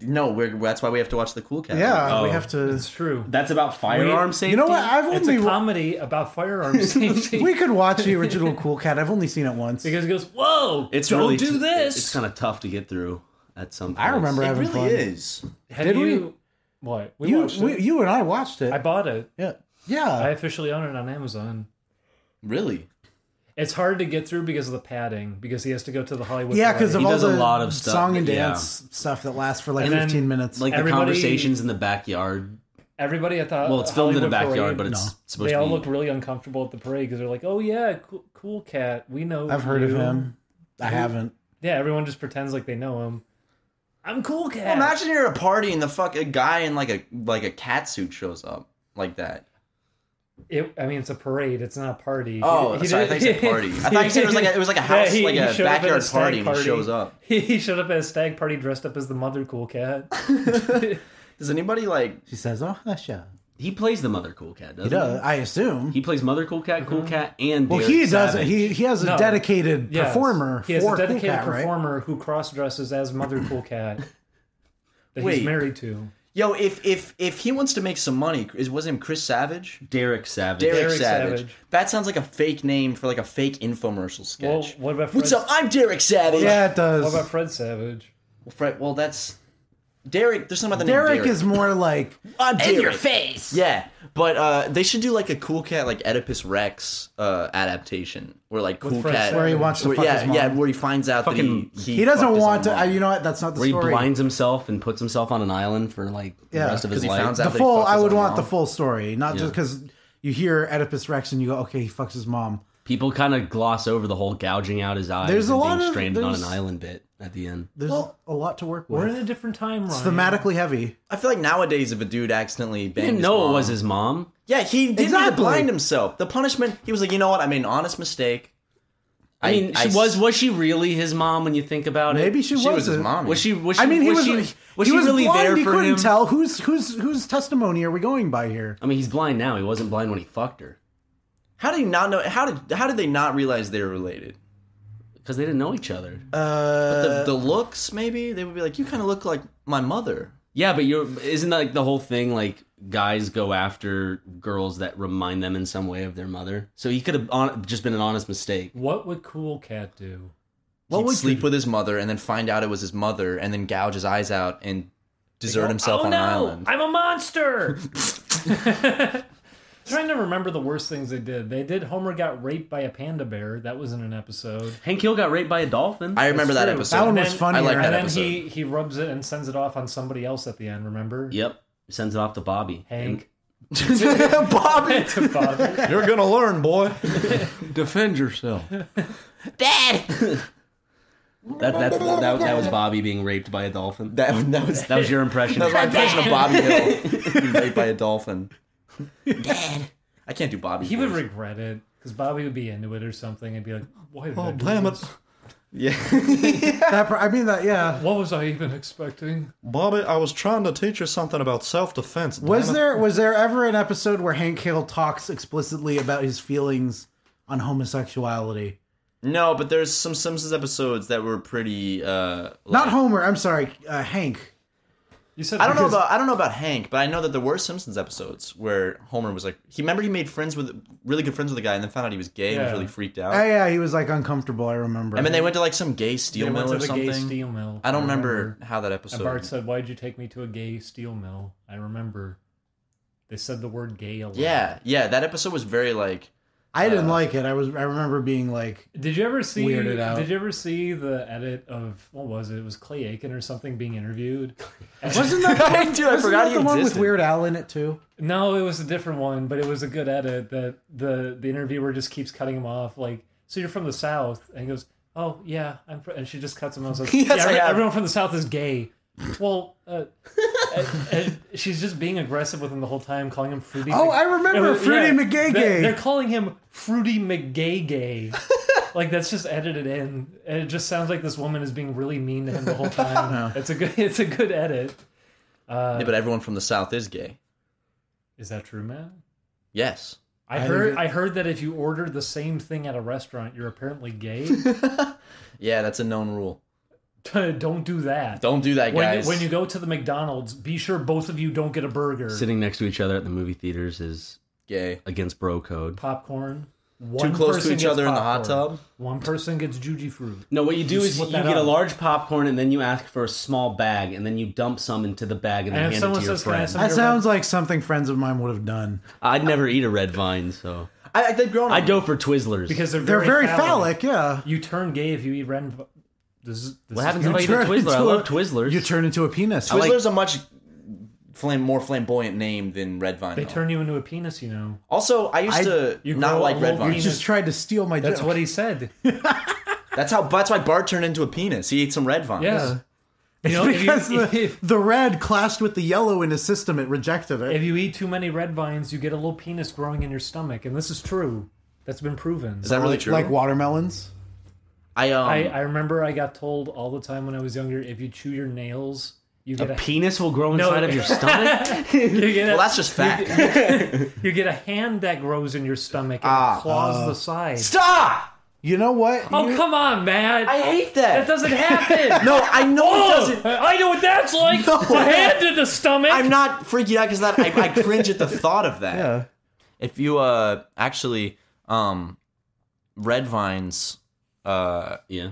Speaker 4: no, we're, that's why we have to watch the Cool Cat.
Speaker 3: Yeah, we
Speaker 2: Oh.
Speaker 3: have to.
Speaker 5: It's true.
Speaker 2: That's about firearm safety.
Speaker 3: You know what? I've
Speaker 5: It's a
Speaker 3: only
Speaker 5: comedy about firearms safety.
Speaker 3: we could watch the original Cool Cat. I've only seen it once.
Speaker 5: because it goes, whoa!
Speaker 2: It's
Speaker 5: don't
Speaker 2: really
Speaker 5: do this.
Speaker 2: It's kind of tough to get through at some.
Speaker 3: I
Speaker 2: points.
Speaker 3: remember
Speaker 4: It
Speaker 3: having
Speaker 4: really
Speaker 3: fun.
Speaker 4: is.
Speaker 5: Have
Speaker 3: Did we?
Speaker 5: you- What we
Speaker 3: You,
Speaker 5: watched
Speaker 3: we,
Speaker 5: it.
Speaker 3: you Uh. and I watched it.
Speaker 5: I bought it.
Speaker 3: yeah, yeah.
Speaker 5: I officially own it on Amazon.
Speaker 4: Really?
Speaker 5: It's hard to get through because of the padding, because he has to go to the Hollywood.
Speaker 3: yeah, because
Speaker 5: variety.
Speaker 3: of
Speaker 2: He
Speaker 3: all
Speaker 2: does
Speaker 3: the
Speaker 2: a lot of stuff
Speaker 3: song and
Speaker 2: that- yeah.
Speaker 3: dance stuff that lasts for like
Speaker 5: And then,
Speaker 3: 15 minutes.
Speaker 2: like the
Speaker 5: Everybody-
Speaker 2: conversations in the backyard.
Speaker 5: everybody at the
Speaker 2: Well, it's filmed in the
Speaker 5: Hollywood
Speaker 2: backyard, but
Speaker 5: parade,
Speaker 2: it's
Speaker 3: No.
Speaker 2: supposed
Speaker 5: they
Speaker 2: to
Speaker 5: all
Speaker 2: be.
Speaker 5: look really uncomfortable at the parade because they're like, "Oh yeah, cool, cool cat, we know."
Speaker 3: I've heard of
Speaker 5: you."
Speaker 3: him. I haven't.
Speaker 5: Yeah, everyone just pretends like they know him. I'm cool cat.
Speaker 4: Well, imagine you're at a party and the fuck a guy in like a like a cat suit shows up like that.
Speaker 5: It, I mean, it's a parade. It's not a party.
Speaker 4: Oh, sorry, I thought you
Speaker 5: did-
Speaker 4: said party. I thought you said it was like a- it was like a house,
Speaker 5: he-
Speaker 4: like
Speaker 5: he
Speaker 4: a
Speaker 5: showed up at
Speaker 4: backyard
Speaker 5: stag
Speaker 4: party and he shows up.
Speaker 5: He, he showed up at a stag party dressed up as the mother cool cat.
Speaker 4: Does anybody like?
Speaker 3: She says, "Oh, that's yeah."
Speaker 2: He plays the mother cool cat, doesn't
Speaker 3: He
Speaker 2: he?
Speaker 3: does. I assume.
Speaker 2: He plays mother cool cat, cool cat, and
Speaker 3: well,
Speaker 2: Derek
Speaker 3: he does.
Speaker 2: Savage.
Speaker 3: He he has a
Speaker 5: No.
Speaker 3: dedicated
Speaker 5: Yes.
Speaker 3: performer
Speaker 5: He has
Speaker 3: for
Speaker 5: a
Speaker 3: Cool
Speaker 5: dedicated
Speaker 3: Cat, right?
Speaker 5: performer who cross dresses as mother cool cat. That
Speaker 4: Wait.
Speaker 5: he's married to.
Speaker 4: Yo, if if if he wants to make some money, is was him Chris Savage?
Speaker 2: Derek Savage.
Speaker 4: Derek,
Speaker 5: Derek
Speaker 4: Savage.
Speaker 5: Savage.
Speaker 4: That sounds like a fake name for like a fake infomercial
Speaker 5: Well,
Speaker 4: sketch.
Speaker 5: what about Fred,
Speaker 4: What's up? I'm Derek Savage.
Speaker 3: Yeah, it
Speaker 5: What about
Speaker 3: does.
Speaker 5: Fred Savage?
Speaker 4: Well, Fred, well that's Derek. There's something about the name
Speaker 3: Derek,
Speaker 4: Derek.
Speaker 3: is more like
Speaker 4: I'm Derek.
Speaker 6: face.
Speaker 4: Yeah, but uh, they should do like a Cool Cat like Oedipus Rex uh, adaptation, where like Cool
Speaker 5: Fred
Speaker 4: Cat,
Speaker 5: Where
Speaker 3: he wants to
Speaker 4: where-
Speaker 3: fuck
Speaker 4: yeah,
Speaker 3: his mom.
Speaker 4: yeah, where he finds out
Speaker 2: Fucking-
Speaker 4: that he he,
Speaker 3: he doesn't
Speaker 4: fucked his
Speaker 3: want
Speaker 4: own
Speaker 3: to. I,
Speaker 4: mom.
Speaker 3: you know what? That's not the
Speaker 2: where he
Speaker 3: story.
Speaker 2: blinds himself and puts himself on an island for like
Speaker 3: Yeah,
Speaker 2: the rest of
Speaker 4: 'cause
Speaker 2: his
Speaker 4: he
Speaker 2: life.
Speaker 4: found out
Speaker 3: the
Speaker 4: that he
Speaker 3: full.
Speaker 4: fucked
Speaker 3: I
Speaker 4: his
Speaker 3: would
Speaker 4: own
Speaker 3: want the
Speaker 4: mom.
Speaker 3: full story, not just
Speaker 2: Yeah.
Speaker 3: because you hear Oedipus Rex and you go, "Okay, he fucks his mom."
Speaker 2: People kind of gloss over the whole gouging out his eyes
Speaker 3: There's a
Speaker 2: and
Speaker 3: lot
Speaker 2: being
Speaker 3: of-
Speaker 2: stranded on an
Speaker 3: there's-
Speaker 2: island bit at the end.
Speaker 3: There's a lot to work
Speaker 5: We're in
Speaker 3: with.
Speaker 5: a different time,
Speaker 3: It's
Speaker 5: Ryan.
Speaker 3: thematically heavy.
Speaker 4: I feel like nowadays, if a dude accidentally
Speaker 2: I
Speaker 4: banged
Speaker 2: didn't
Speaker 4: his
Speaker 2: know
Speaker 4: mom-
Speaker 2: it was his mom.
Speaker 4: yeah, he didn't
Speaker 3: Exactly.
Speaker 4: even blind himself. The punishment, he was like, you know what? I made an honest mistake.
Speaker 2: I mean, she was was she really his mom when you think about it?
Speaker 3: Maybe she,
Speaker 4: She was his
Speaker 3: wasn't.
Speaker 4: mom.
Speaker 2: Was she? Was she?
Speaker 3: I mean, he was.
Speaker 2: was. she, was
Speaker 3: he
Speaker 2: she
Speaker 3: was
Speaker 2: really
Speaker 3: blind.
Speaker 2: there
Speaker 3: he
Speaker 2: for
Speaker 3: couldn't
Speaker 2: him?
Speaker 3: tell whose whose whose testimony are we going by here?
Speaker 2: I mean, he's blind now. He wasn't blind when he fucked her
Speaker 4: How did he not know? How did how did they not realize they were related?
Speaker 2: because they didn't know each other.
Speaker 3: Uh,
Speaker 4: the, the looks, maybe they would be like, you kind of look like my mother.
Speaker 2: yeah, but you're isn't that like the whole thing? Like guys go after girls that remind them in some way of their mother. So he could have on, just been an honest mistake.
Speaker 5: What would Cool Cat do?
Speaker 4: What
Speaker 3: He'd
Speaker 4: would
Speaker 3: sleep
Speaker 4: sleep with his mother and then find out it was his mother and then gouge his eyes out and desert himself
Speaker 5: oh
Speaker 4: on
Speaker 5: no!
Speaker 4: an island.
Speaker 5: I'm a monster. Trying to remember the worst things they did. They did Homer got raped by a panda bear. That was in an episode.
Speaker 2: Hank Hill got raped by a dolphin.
Speaker 4: I remember that
Speaker 5: That's true.
Speaker 4: episode.
Speaker 3: That one
Speaker 5: And
Speaker 3: was
Speaker 5: then-
Speaker 3: funnier.
Speaker 4: I like
Speaker 5: And
Speaker 4: that
Speaker 5: then
Speaker 4: episode.
Speaker 5: he he rubs it and sends it off on somebody else at the end. Remember?
Speaker 2: Yep, sends it off to Bobby.
Speaker 5: Hank.
Speaker 4: Bobby,
Speaker 5: To Bobby.
Speaker 4: you're gonna learn, boy. Defend yourself.
Speaker 2: That, that, that, that, that was Bobby being raped by a dolphin. That,
Speaker 4: That, that was that
Speaker 2: was your impression.
Speaker 4: was my impression of Bobby Hill being raped by a dolphin. Dad, I can't do Bobby.
Speaker 5: he would
Speaker 4: voice.
Speaker 5: regret it because Bobby would be into it or something and be like, "Why
Speaker 3: Oh,
Speaker 4: Oh,
Speaker 5: did I do this?
Speaker 4: Yeah,
Speaker 3: that, part- I mean that. Yeah.
Speaker 5: What was I even expecting?"
Speaker 8: Bobby, I was trying to teach you something about self defense.
Speaker 3: Was there was there ever an episode where Hank Hill talks explicitly about his feelings on homosexuality?
Speaker 4: no, but there's some Simpsons episodes that were pretty. Uh,
Speaker 3: Not Homer. I'm sorry, uh, Hank.
Speaker 5: You said
Speaker 4: I don't know
Speaker 5: because-
Speaker 4: about I don't know about Hank, but I know that there were Simpsons episodes where Homer was like he remember he made friends with really good friends with a guy and then found out he was gay and was
Speaker 5: Yeah.
Speaker 4: really freaked out.
Speaker 3: Oh yeah, he was like uncomfortable. I remember.
Speaker 4: and then they went to like some gay steel
Speaker 5: They went
Speaker 4: mill
Speaker 5: to
Speaker 4: or
Speaker 5: the
Speaker 4: something.
Speaker 5: gay steel mill.
Speaker 4: I don't remember how that episode.
Speaker 5: And Bart said, "Why'd you take me to a gay steel mill?" I remember. They said the word "gay" a lot.
Speaker 4: yeah, yeah, that episode was very like
Speaker 3: I didn't like it. I was. I remember being like,
Speaker 5: Did you ever see?
Speaker 3: Weirded out.
Speaker 5: Did you ever see the edit of what was it? It was Clay Aiken or something being interviewed.
Speaker 3: wasn't that the one-
Speaker 4: Dude, I
Speaker 3: wasn't
Speaker 4: forgot
Speaker 3: that
Speaker 4: he
Speaker 3: the one with
Speaker 4: existed.
Speaker 3: Weird Al in it too?
Speaker 5: No, it was a different one, but it was a good edit that the the interviewer just keeps cutting him off. Like, so you're from the south, and he goes, "Oh yeah, I'm," fr-, and she just cuts him off. Like,
Speaker 4: Yes,
Speaker 5: yeah,
Speaker 4: I
Speaker 5: every-
Speaker 4: am."
Speaker 5: everyone from the south is gay. well, uh, and she's just being aggressive with him the whole time, calling him Fruity.
Speaker 3: Oh, I remember
Speaker 5: and-
Speaker 3: Fruity McGay-gay.
Speaker 5: They're, they're calling him Fruity McGay Gay. like that's just edited in, and it just sounds like this woman is being really mean to him the whole time. It's a good, it's a good edit. Uh,
Speaker 4: yeah, but everyone from the South is gay.
Speaker 5: Is that true, Matt?
Speaker 4: Yes.
Speaker 5: I heard, I heard that if you order the same thing at a restaurant, you're apparently gay.
Speaker 4: Yeah, that's a known rule.
Speaker 5: Don't do that.
Speaker 4: Don't do that,
Speaker 5: When
Speaker 4: guys.
Speaker 5: you, when you go to the McDonald's, be sure both of you don't get a burger.
Speaker 2: Sitting next to each other at the movie theaters is
Speaker 4: gay.
Speaker 2: against bro code.
Speaker 5: popcorn.
Speaker 4: Too
Speaker 5: One
Speaker 4: close
Speaker 5: person
Speaker 4: to each
Speaker 5: gets
Speaker 4: other in the hot
Speaker 5: popcorn.
Speaker 4: tub.
Speaker 5: One person gets juji fruit.
Speaker 2: No, what you do is you
Speaker 5: split
Speaker 2: get
Speaker 5: that
Speaker 2: a
Speaker 5: up.
Speaker 2: large popcorn and then you ask for a small bag and then you dump some into the bag and then
Speaker 5: And if
Speaker 2: hand it
Speaker 5: someone
Speaker 2: to your
Speaker 5: says, "Can I
Speaker 2: friend.
Speaker 5: have some?"
Speaker 3: That sounds like something friends of mine would have done.
Speaker 2: I'd never eat a red vine, so
Speaker 4: I, I, they've grown.
Speaker 2: I'd
Speaker 4: on
Speaker 2: go
Speaker 4: me.
Speaker 2: for Twizzlers.
Speaker 5: because they're
Speaker 3: They're very
Speaker 5: very, phallic.
Speaker 3: phallic, yeah.
Speaker 5: You turn gay if you eat red. and- This is, this
Speaker 2: what
Speaker 5: is
Speaker 2: happens
Speaker 5: good.
Speaker 2: if I eat a
Speaker 3: turn
Speaker 2: Twizzler? I
Speaker 3: into a-
Speaker 2: love Twizzlers.
Speaker 3: You turn into a penis.
Speaker 4: Twizzler's a much flam- more flamboyant name than Red Vine.
Speaker 5: They
Speaker 4: though.
Speaker 5: turn you into a penis. You know.
Speaker 4: also, I used
Speaker 3: I-
Speaker 4: to
Speaker 5: you
Speaker 4: not
Speaker 5: grow
Speaker 4: like
Speaker 5: a
Speaker 4: Red
Speaker 5: whole
Speaker 4: Vine.
Speaker 3: you just tried to steal my
Speaker 5: That's
Speaker 3: joke.
Speaker 5: what he said.
Speaker 4: That's how. That's why Bart turned into a penis. He ate some Red Vines.
Speaker 5: Yeah. You know, if you,
Speaker 3: because the,
Speaker 5: if,
Speaker 3: the red clashed with the yellow in his system, it rejected it.
Speaker 5: if you eat too many red vines, you get a little penis growing in your stomach, and this is true. That's been proven.
Speaker 4: Is that really true?
Speaker 3: Like watermelons.
Speaker 4: I um.
Speaker 5: I, I remember I got told all the time when I was younger, if you chew your nails, you get
Speaker 2: a
Speaker 5: a,
Speaker 2: penis will grow inside of your stomach.
Speaker 5: you get a
Speaker 4: well, that's just fact.
Speaker 5: you get a hand that grows in your stomach and
Speaker 4: Ah.
Speaker 5: it claws the side.
Speaker 4: Stop!
Speaker 3: You know what?
Speaker 5: Oh
Speaker 3: You-
Speaker 5: come on, man!
Speaker 4: I hate that.
Speaker 5: that doesn't happen.
Speaker 4: no, I know it
Speaker 5: Oh,
Speaker 4: doesn't.
Speaker 5: I know what that's like.
Speaker 4: No.
Speaker 5: The hand in the stomach.
Speaker 4: I'm not freaking out because that I, I cringe at the thought of that.
Speaker 3: Yeah.
Speaker 4: If you uh actually um, Red Vines uh
Speaker 2: yeah.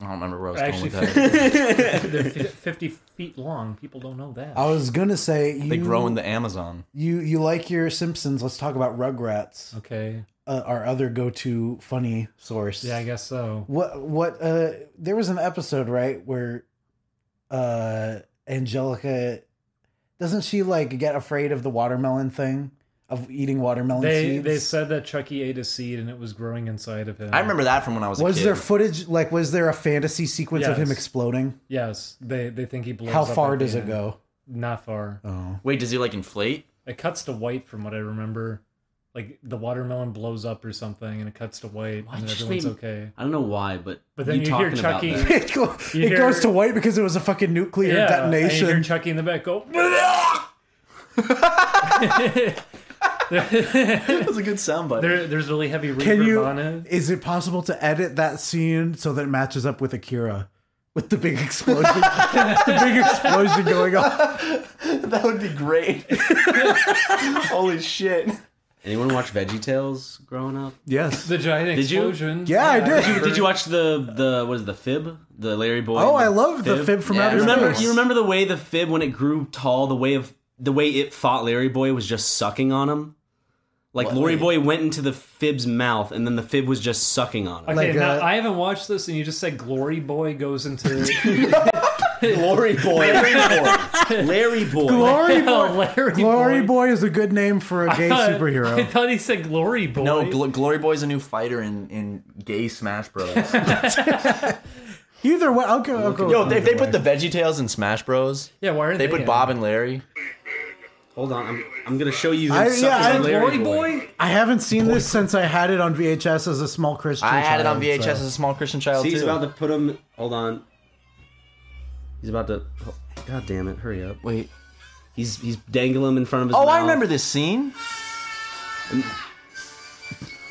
Speaker 4: I don't remember where I was
Speaker 5: Actually,
Speaker 4: going with that.
Speaker 5: they're fif- fifty feet long. People don't know that.
Speaker 3: I was gonna say you,
Speaker 4: They grow in the Amazon.
Speaker 3: you you like your Simpsons. Let's talk about Rugrats,
Speaker 5: Okay.
Speaker 3: uh, our other go-to funny source.
Speaker 5: Yeah, I guess so.
Speaker 3: What what? Uh, there was an episode right where uh Angelica doesn't she like get afraid of the watermelon thing of eating watermelon
Speaker 5: They
Speaker 3: seeds?
Speaker 5: they said that Chucky ate a seed and it was growing inside of him.
Speaker 4: I remember that from when I was a
Speaker 3: was
Speaker 4: kid.
Speaker 3: there footage like was there a fantasy sequence of him
Speaker 5: Yes.
Speaker 3: exploding?
Speaker 5: Yes, they they think he blows.
Speaker 3: How
Speaker 5: up
Speaker 3: far
Speaker 5: at the
Speaker 3: does it
Speaker 5: end.
Speaker 3: go?
Speaker 5: Not far.
Speaker 4: Wait, does he like inflate?
Speaker 5: It cuts to white from what I remember. Like the watermelon blows up or something, and it cuts to white,
Speaker 2: I
Speaker 5: and
Speaker 2: just
Speaker 5: everyone's
Speaker 2: made-
Speaker 5: okay.
Speaker 2: I don't know why, but
Speaker 5: But then you, hear
Speaker 2: talking about
Speaker 5: Chucky.
Speaker 2: that.
Speaker 3: It, go-
Speaker 5: You
Speaker 3: it
Speaker 5: hear-
Speaker 3: goes to white because it was a fucking nuclear
Speaker 5: and you
Speaker 3: detonation.
Speaker 5: hear Chucky in the back go.
Speaker 4: That was a good soundbite.
Speaker 5: There, there's really heavy reverb
Speaker 3: Can you?
Speaker 5: on it.
Speaker 3: Is it possible to edit that scene so that it matches up with Akira, with the big explosion, the big explosion going on?
Speaker 4: that would be great. Holy shit.
Speaker 2: Anyone watch VeggieTales growing up?
Speaker 3: Yes.
Speaker 5: The giant
Speaker 2: Did you?
Speaker 5: explosion.
Speaker 3: Yeah, I did.
Speaker 2: Did you watch the the what is it, the fib? The Larry Boy.
Speaker 3: Oh,
Speaker 2: and
Speaker 3: I love the fib from
Speaker 4: Yeah,
Speaker 3: outer
Speaker 2: You remember?
Speaker 3: space.
Speaker 2: You remember the way the fib when it grew tall, the way of the way it fought Larry Boy was just sucking on him. Like Larry Boy went into the fib's mouth, and then the fib was just sucking on him.
Speaker 5: Okay,
Speaker 3: Like,
Speaker 5: now
Speaker 3: uh,
Speaker 5: I haven't watched this, and you just said Glory Boy goes into
Speaker 4: Glory boy. Larry boy. Larry boy.
Speaker 3: Glory boy.
Speaker 5: Larry
Speaker 3: Glory boy is a good name for a gay
Speaker 5: I
Speaker 3: superhero.
Speaker 5: thought he said Glory Boy.
Speaker 4: No, Gl- Glory Boy's a new fighter in, in gay Smash Bros.
Speaker 3: Either way, I'll go. I'll go
Speaker 4: Yo,
Speaker 3: with
Speaker 4: they,
Speaker 3: either
Speaker 4: they put the
Speaker 3: way.
Speaker 4: VeggieTales in Smash Bros.
Speaker 5: yeah, why are
Speaker 4: They put Bob and Larry.
Speaker 2: Hold on, I'm, I'm gonna show you. Him
Speaker 3: I-
Speaker 2: sucking
Speaker 3: yeah, I-
Speaker 2: on Larry
Speaker 5: Glory
Speaker 2: Boy.
Speaker 5: Boy.
Speaker 3: I haven't seen this since I had it on VHS as a small Christian.
Speaker 4: I had it on
Speaker 3: child,
Speaker 4: VHS
Speaker 3: so-
Speaker 4: as a small Christian child
Speaker 2: See, he's
Speaker 4: too.
Speaker 2: about to put him. Hold on. He's about to. oh, God damn it! Hurry up.
Speaker 4: Wait.
Speaker 2: He's he's dangling him in front of his.
Speaker 4: Oh, I
Speaker 2: mouth,
Speaker 4: remember this scene.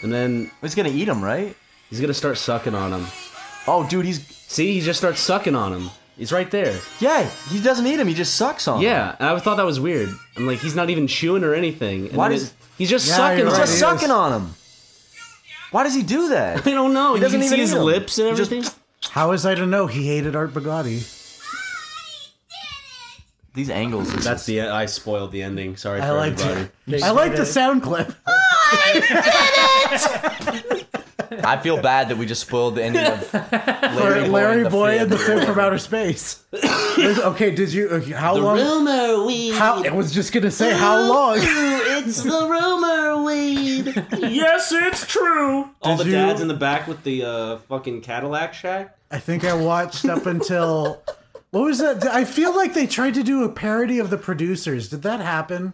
Speaker 2: And then
Speaker 4: He's gonna eat him, right?
Speaker 2: he's gonna start sucking on him.
Speaker 4: Oh, dude, he's
Speaker 2: See, he just starts sucking on him. He's right there.
Speaker 4: yeah. He doesn't eat him. He just sucks on. him.
Speaker 2: Yeah, and I thought that was weird. I'm like, he's not even chewing or anything. And
Speaker 4: Why
Speaker 2: then
Speaker 4: does-
Speaker 2: it- he's just
Speaker 3: Yeah,
Speaker 2: sucking?
Speaker 3: you're
Speaker 2: on
Speaker 4: He's
Speaker 3: right,
Speaker 2: it.
Speaker 4: just
Speaker 3: he
Speaker 4: sucking
Speaker 3: is.
Speaker 4: on him. Why does he do that?
Speaker 2: I don't know. He
Speaker 4: doesn't
Speaker 2: doesn't
Speaker 4: even
Speaker 2: see his
Speaker 4: eat 'em.
Speaker 2: lips and
Speaker 4: He just-
Speaker 2: everything.
Speaker 3: How is I to know? He hated Art Bugatti.
Speaker 4: These angles. is
Speaker 2: That's
Speaker 4: just-
Speaker 2: the. I spoiled the ending. Sorry
Speaker 3: I
Speaker 2: for
Speaker 3: liked
Speaker 2: everybody.
Speaker 3: it. I like the
Speaker 5: did.
Speaker 3: sound clip.
Speaker 4: I feel bad that we just spoiled the ending of Larry,
Speaker 3: Larry, Boy and the
Speaker 4: Fib.
Speaker 3: Fib from Outer Space. There's- okay, did you? okay, How
Speaker 2: The
Speaker 3: long?
Speaker 2: rumor weed.
Speaker 3: How, I was just gonna say how long.
Speaker 2: it's the rumor weed. yes, it's true. All
Speaker 3: Did
Speaker 2: the
Speaker 3: you-
Speaker 2: dads in the back with the uh, fucking Cadillac shack.
Speaker 3: I think I watched up until What was that? I feel like they tried to do a parody of the producers. Did that happen?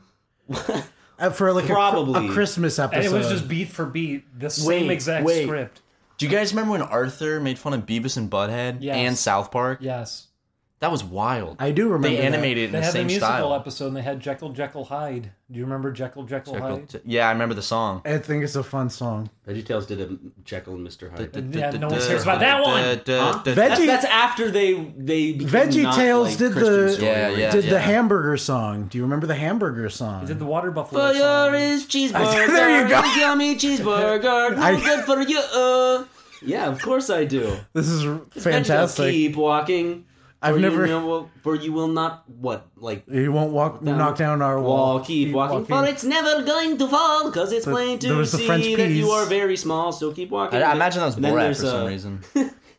Speaker 3: Uh, For like a-
Speaker 2: Probably.
Speaker 3: a, Christmas
Speaker 5: And
Speaker 3: episode.
Speaker 5: it was just beat for beat, the same
Speaker 4: Wait,
Speaker 5: exact
Speaker 4: wait.
Speaker 5: script.
Speaker 4: Do you guys remember when Arthur made fun of Beavis and Butthead
Speaker 5: Yes.
Speaker 4: and South Park?
Speaker 5: Yes.
Speaker 4: That was wild.
Speaker 3: I do remember
Speaker 4: they
Speaker 3: that.
Speaker 4: animated it
Speaker 5: They
Speaker 4: in the
Speaker 5: had the
Speaker 4: same
Speaker 5: musical
Speaker 4: style.
Speaker 5: episode and they had Jekyll Jekyll Hyde. Do you remember Jekyll Jekyll, Hyde?
Speaker 4: Jekyll- yeah, I remember the song.
Speaker 3: I think it's a fun song.
Speaker 2: VeggieTales did a Jekyll and Mr. Hyde.
Speaker 5: Yeah, no one cares about that one.
Speaker 3: Veggie-
Speaker 2: That's, that's after they they became
Speaker 3: Veggie
Speaker 2: not
Speaker 3: Tales
Speaker 2: like
Speaker 3: did
Speaker 2: Christian
Speaker 3: the-
Speaker 2: story,
Speaker 4: Yeah,
Speaker 2: right?
Speaker 4: yeah.
Speaker 3: Did the hamburger song? Do you remember the hamburger song?
Speaker 5: They did the water buffalo
Speaker 2: Fire
Speaker 5: song.
Speaker 2: is cheeseburger.
Speaker 3: There you go.
Speaker 2: Yummy cheeseburger.
Speaker 3: I-
Speaker 2: good for you. Yeah, of course I do.
Speaker 3: This is r-
Speaker 2: And just
Speaker 3: fantastic.
Speaker 2: Keep walking.
Speaker 3: I've
Speaker 2: for you
Speaker 3: never-
Speaker 2: will- for you will not what like
Speaker 3: You won't walk, knock down our wall.
Speaker 2: wall. Keep, walking, for it's never going to fall because it's plain
Speaker 3: there
Speaker 2: to
Speaker 3: was the
Speaker 2: see
Speaker 3: French
Speaker 2: that you
Speaker 3: peas.
Speaker 2: are very small. So keep walking.
Speaker 4: I, I imagine that was
Speaker 2: And then
Speaker 4: Borat
Speaker 2: there's,
Speaker 4: for some
Speaker 2: uh,
Speaker 4: reason.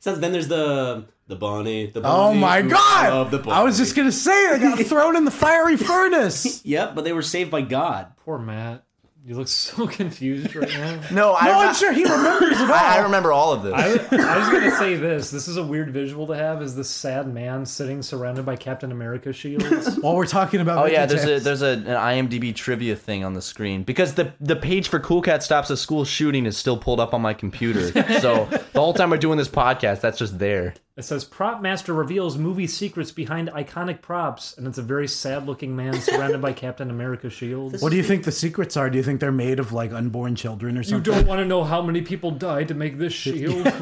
Speaker 2: Sounds then there's the the bunny. The
Speaker 3: Oh
Speaker 2: bunny
Speaker 3: my
Speaker 2: who loved
Speaker 3: god!
Speaker 2: the bunny.
Speaker 3: I was just gonna say they got thrown in the fiery furnace.
Speaker 2: Yep, but they were saved by God.
Speaker 5: Poor Matt. You look so confused right now.
Speaker 4: No, I,
Speaker 3: No, I'm sure he remembers it all.
Speaker 4: I, I remember all of this.
Speaker 5: I, I was gonna say this. This is a weird visual to have. Is this sad man sitting surrounded by Captain America shields?
Speaker 3: While we're talking about,
Speaker 4: Oh yeah,
Speaker 3: VeggieTales.
Speaker 4: there's a there's a, an IMDb trivia thing on the screen because the the page for Cool Cat stops a school shooting is still pulled up on my computer. so the whole time we're doing this podcast, that's just there.
Speaker 5: It says prop master reveals movie secrets behind iconic props, and it's a very sad looking man surrounded by Captain America shields.
Speaker 3: What do you think the secrets are? Do you think they're made of like unborn children or
Speaker 5: You
Speaker 3: something?
Speaker 5: don't want to know how many people died to make this shield.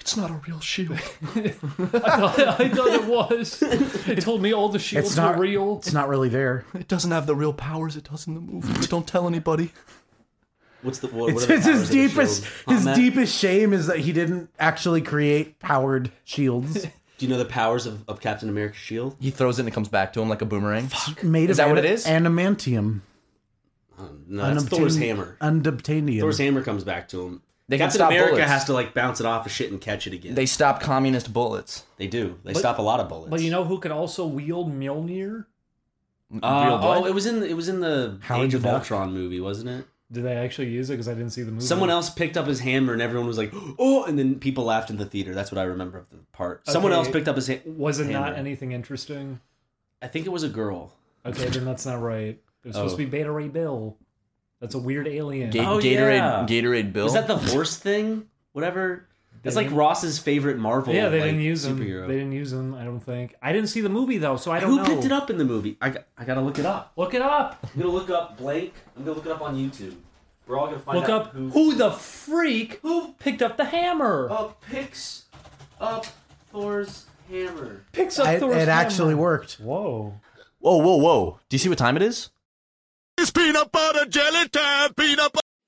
Speaker 4: It's not a real shield.
Speaker 5: I, thought, I thought it was. It told me all the shields
Speaker 3: It's not
Speaker 5: were real.
Speaker 3: It's not really there.
Speaker 4: It doesn't have the real powers it does in the movie. But don't tell anybody.
Speaker 2: What's the what?
Speaker 3: It's,
Speaker 2: what are the
Speaker 3: it's his
Speaker 2: powers of the
Speaker 3: deepest
Speaker 2: shield? Huh,
Speaker 3: his
Speaker 2: Matt?
Speaker 3: deepest shame is that he didn't actually create powered shields
Speaker 2: Do you know the powers of, of Captain America's shield?
Speaker 4: He throws it and it comes back to him like a boomerang.
Speaker 3: made
Speaker 4: Is
Speaker 3: of
Speaker 4: that what
Speaker 3: ana-
Speaker 4: it is?
Speaker 3: Adamantium.
Speaker 2: Um, no, that's Thor's
Speaker 3: Unobtain-
Speaker 2: hammer.
Speaker 3: Unobtainium.
Speaker 2: Thor's hammer comes back to him.
Speaker 4: They can
Speaker 2: Captain
Speaker 4: stop
Speaker 2: America
Speaker 4: bullets.
Speaker 2: has to like bounce it off of shit and catch it again.
Speaker 4: They
Speaker 2: They,
Speaker 4: stop communist bullets.
Speaker 2: do. They stop a lot of bullets.
Speaker 5: But you know who could also wield Mjolnir?
Speaker 2: Uh,
Speaker 4: Real blood?
Speaker 2: oh, it was in it was in the
Speaker 3: Howard
Speaker 2: Age
Speaker 3: the
Speaker 2: of
Speaker 3: Duck.
Speaker 2: Ultron movie, wasn't it?
Speaker 5: Did they actually use it? Because I didn't see the movie.
Speaker 2: Someone else picked up his hammer, and everyone was like, "Oh!" And then people laughed in the theater. That's what I remember of the part. Someone
Speaker 5: Okay.
Speaker 2: else picked up his. Ha-
Speaker 5: Was it not
Speaker 2: hammer.
Speaker 5: anything interesting?
Speaker 2: I think it was a girl.
Speaker 5: Okay, then that's not right. It was supposed
Speaker 2: Oh.
Speaker 5: to be Beta Ray Bill. That's a weird alien.
Speaker 4: Ga-
Speaker 2: Oh,
Speaker 4: Gatorade,
Speaker 2: yeah.
Speaker 4: Gatorade Bill.
Speaker 2: Was that the horse thing? Whatever. That's like
Speaker 5: didn't-
Speaker 2: Ross's favorite Marvel.
Speaker 5: yeah, they
Speaker 2: like,
Speaker 5: didn't use him.
Speaker 2: superhero.
Speaker 5: They didn't use him. I don't think. I didn't see the movie though, so I don't
Speaker 2: Who
Speaker 5: know.
Speaker 2: picked it up in the movie? I, got- I gotta look it up.
Speaker 5: Look it up.
Speaker 2: I'm gonna look up Blake. I'm gonna look it up on YouTube. We're all gonna find
Speaker 5: Look
Speaker 2: out
Speaker 5: up
Speaker 2: who,
Speaker 5: who, the freak who picked up the hammer.
Speaker 2: uh, picks up Thor's hammer.
Speaker 5: Picks up
Speaker 3: it,
Speaker 5: Thor's
Speaker 3: it
Speaker 5: hammer.
Speaker 3: actually worked.
Speaker 5: Whoa.
Speaker 4: Whoa, whoa, whoa! Do you see what time it is?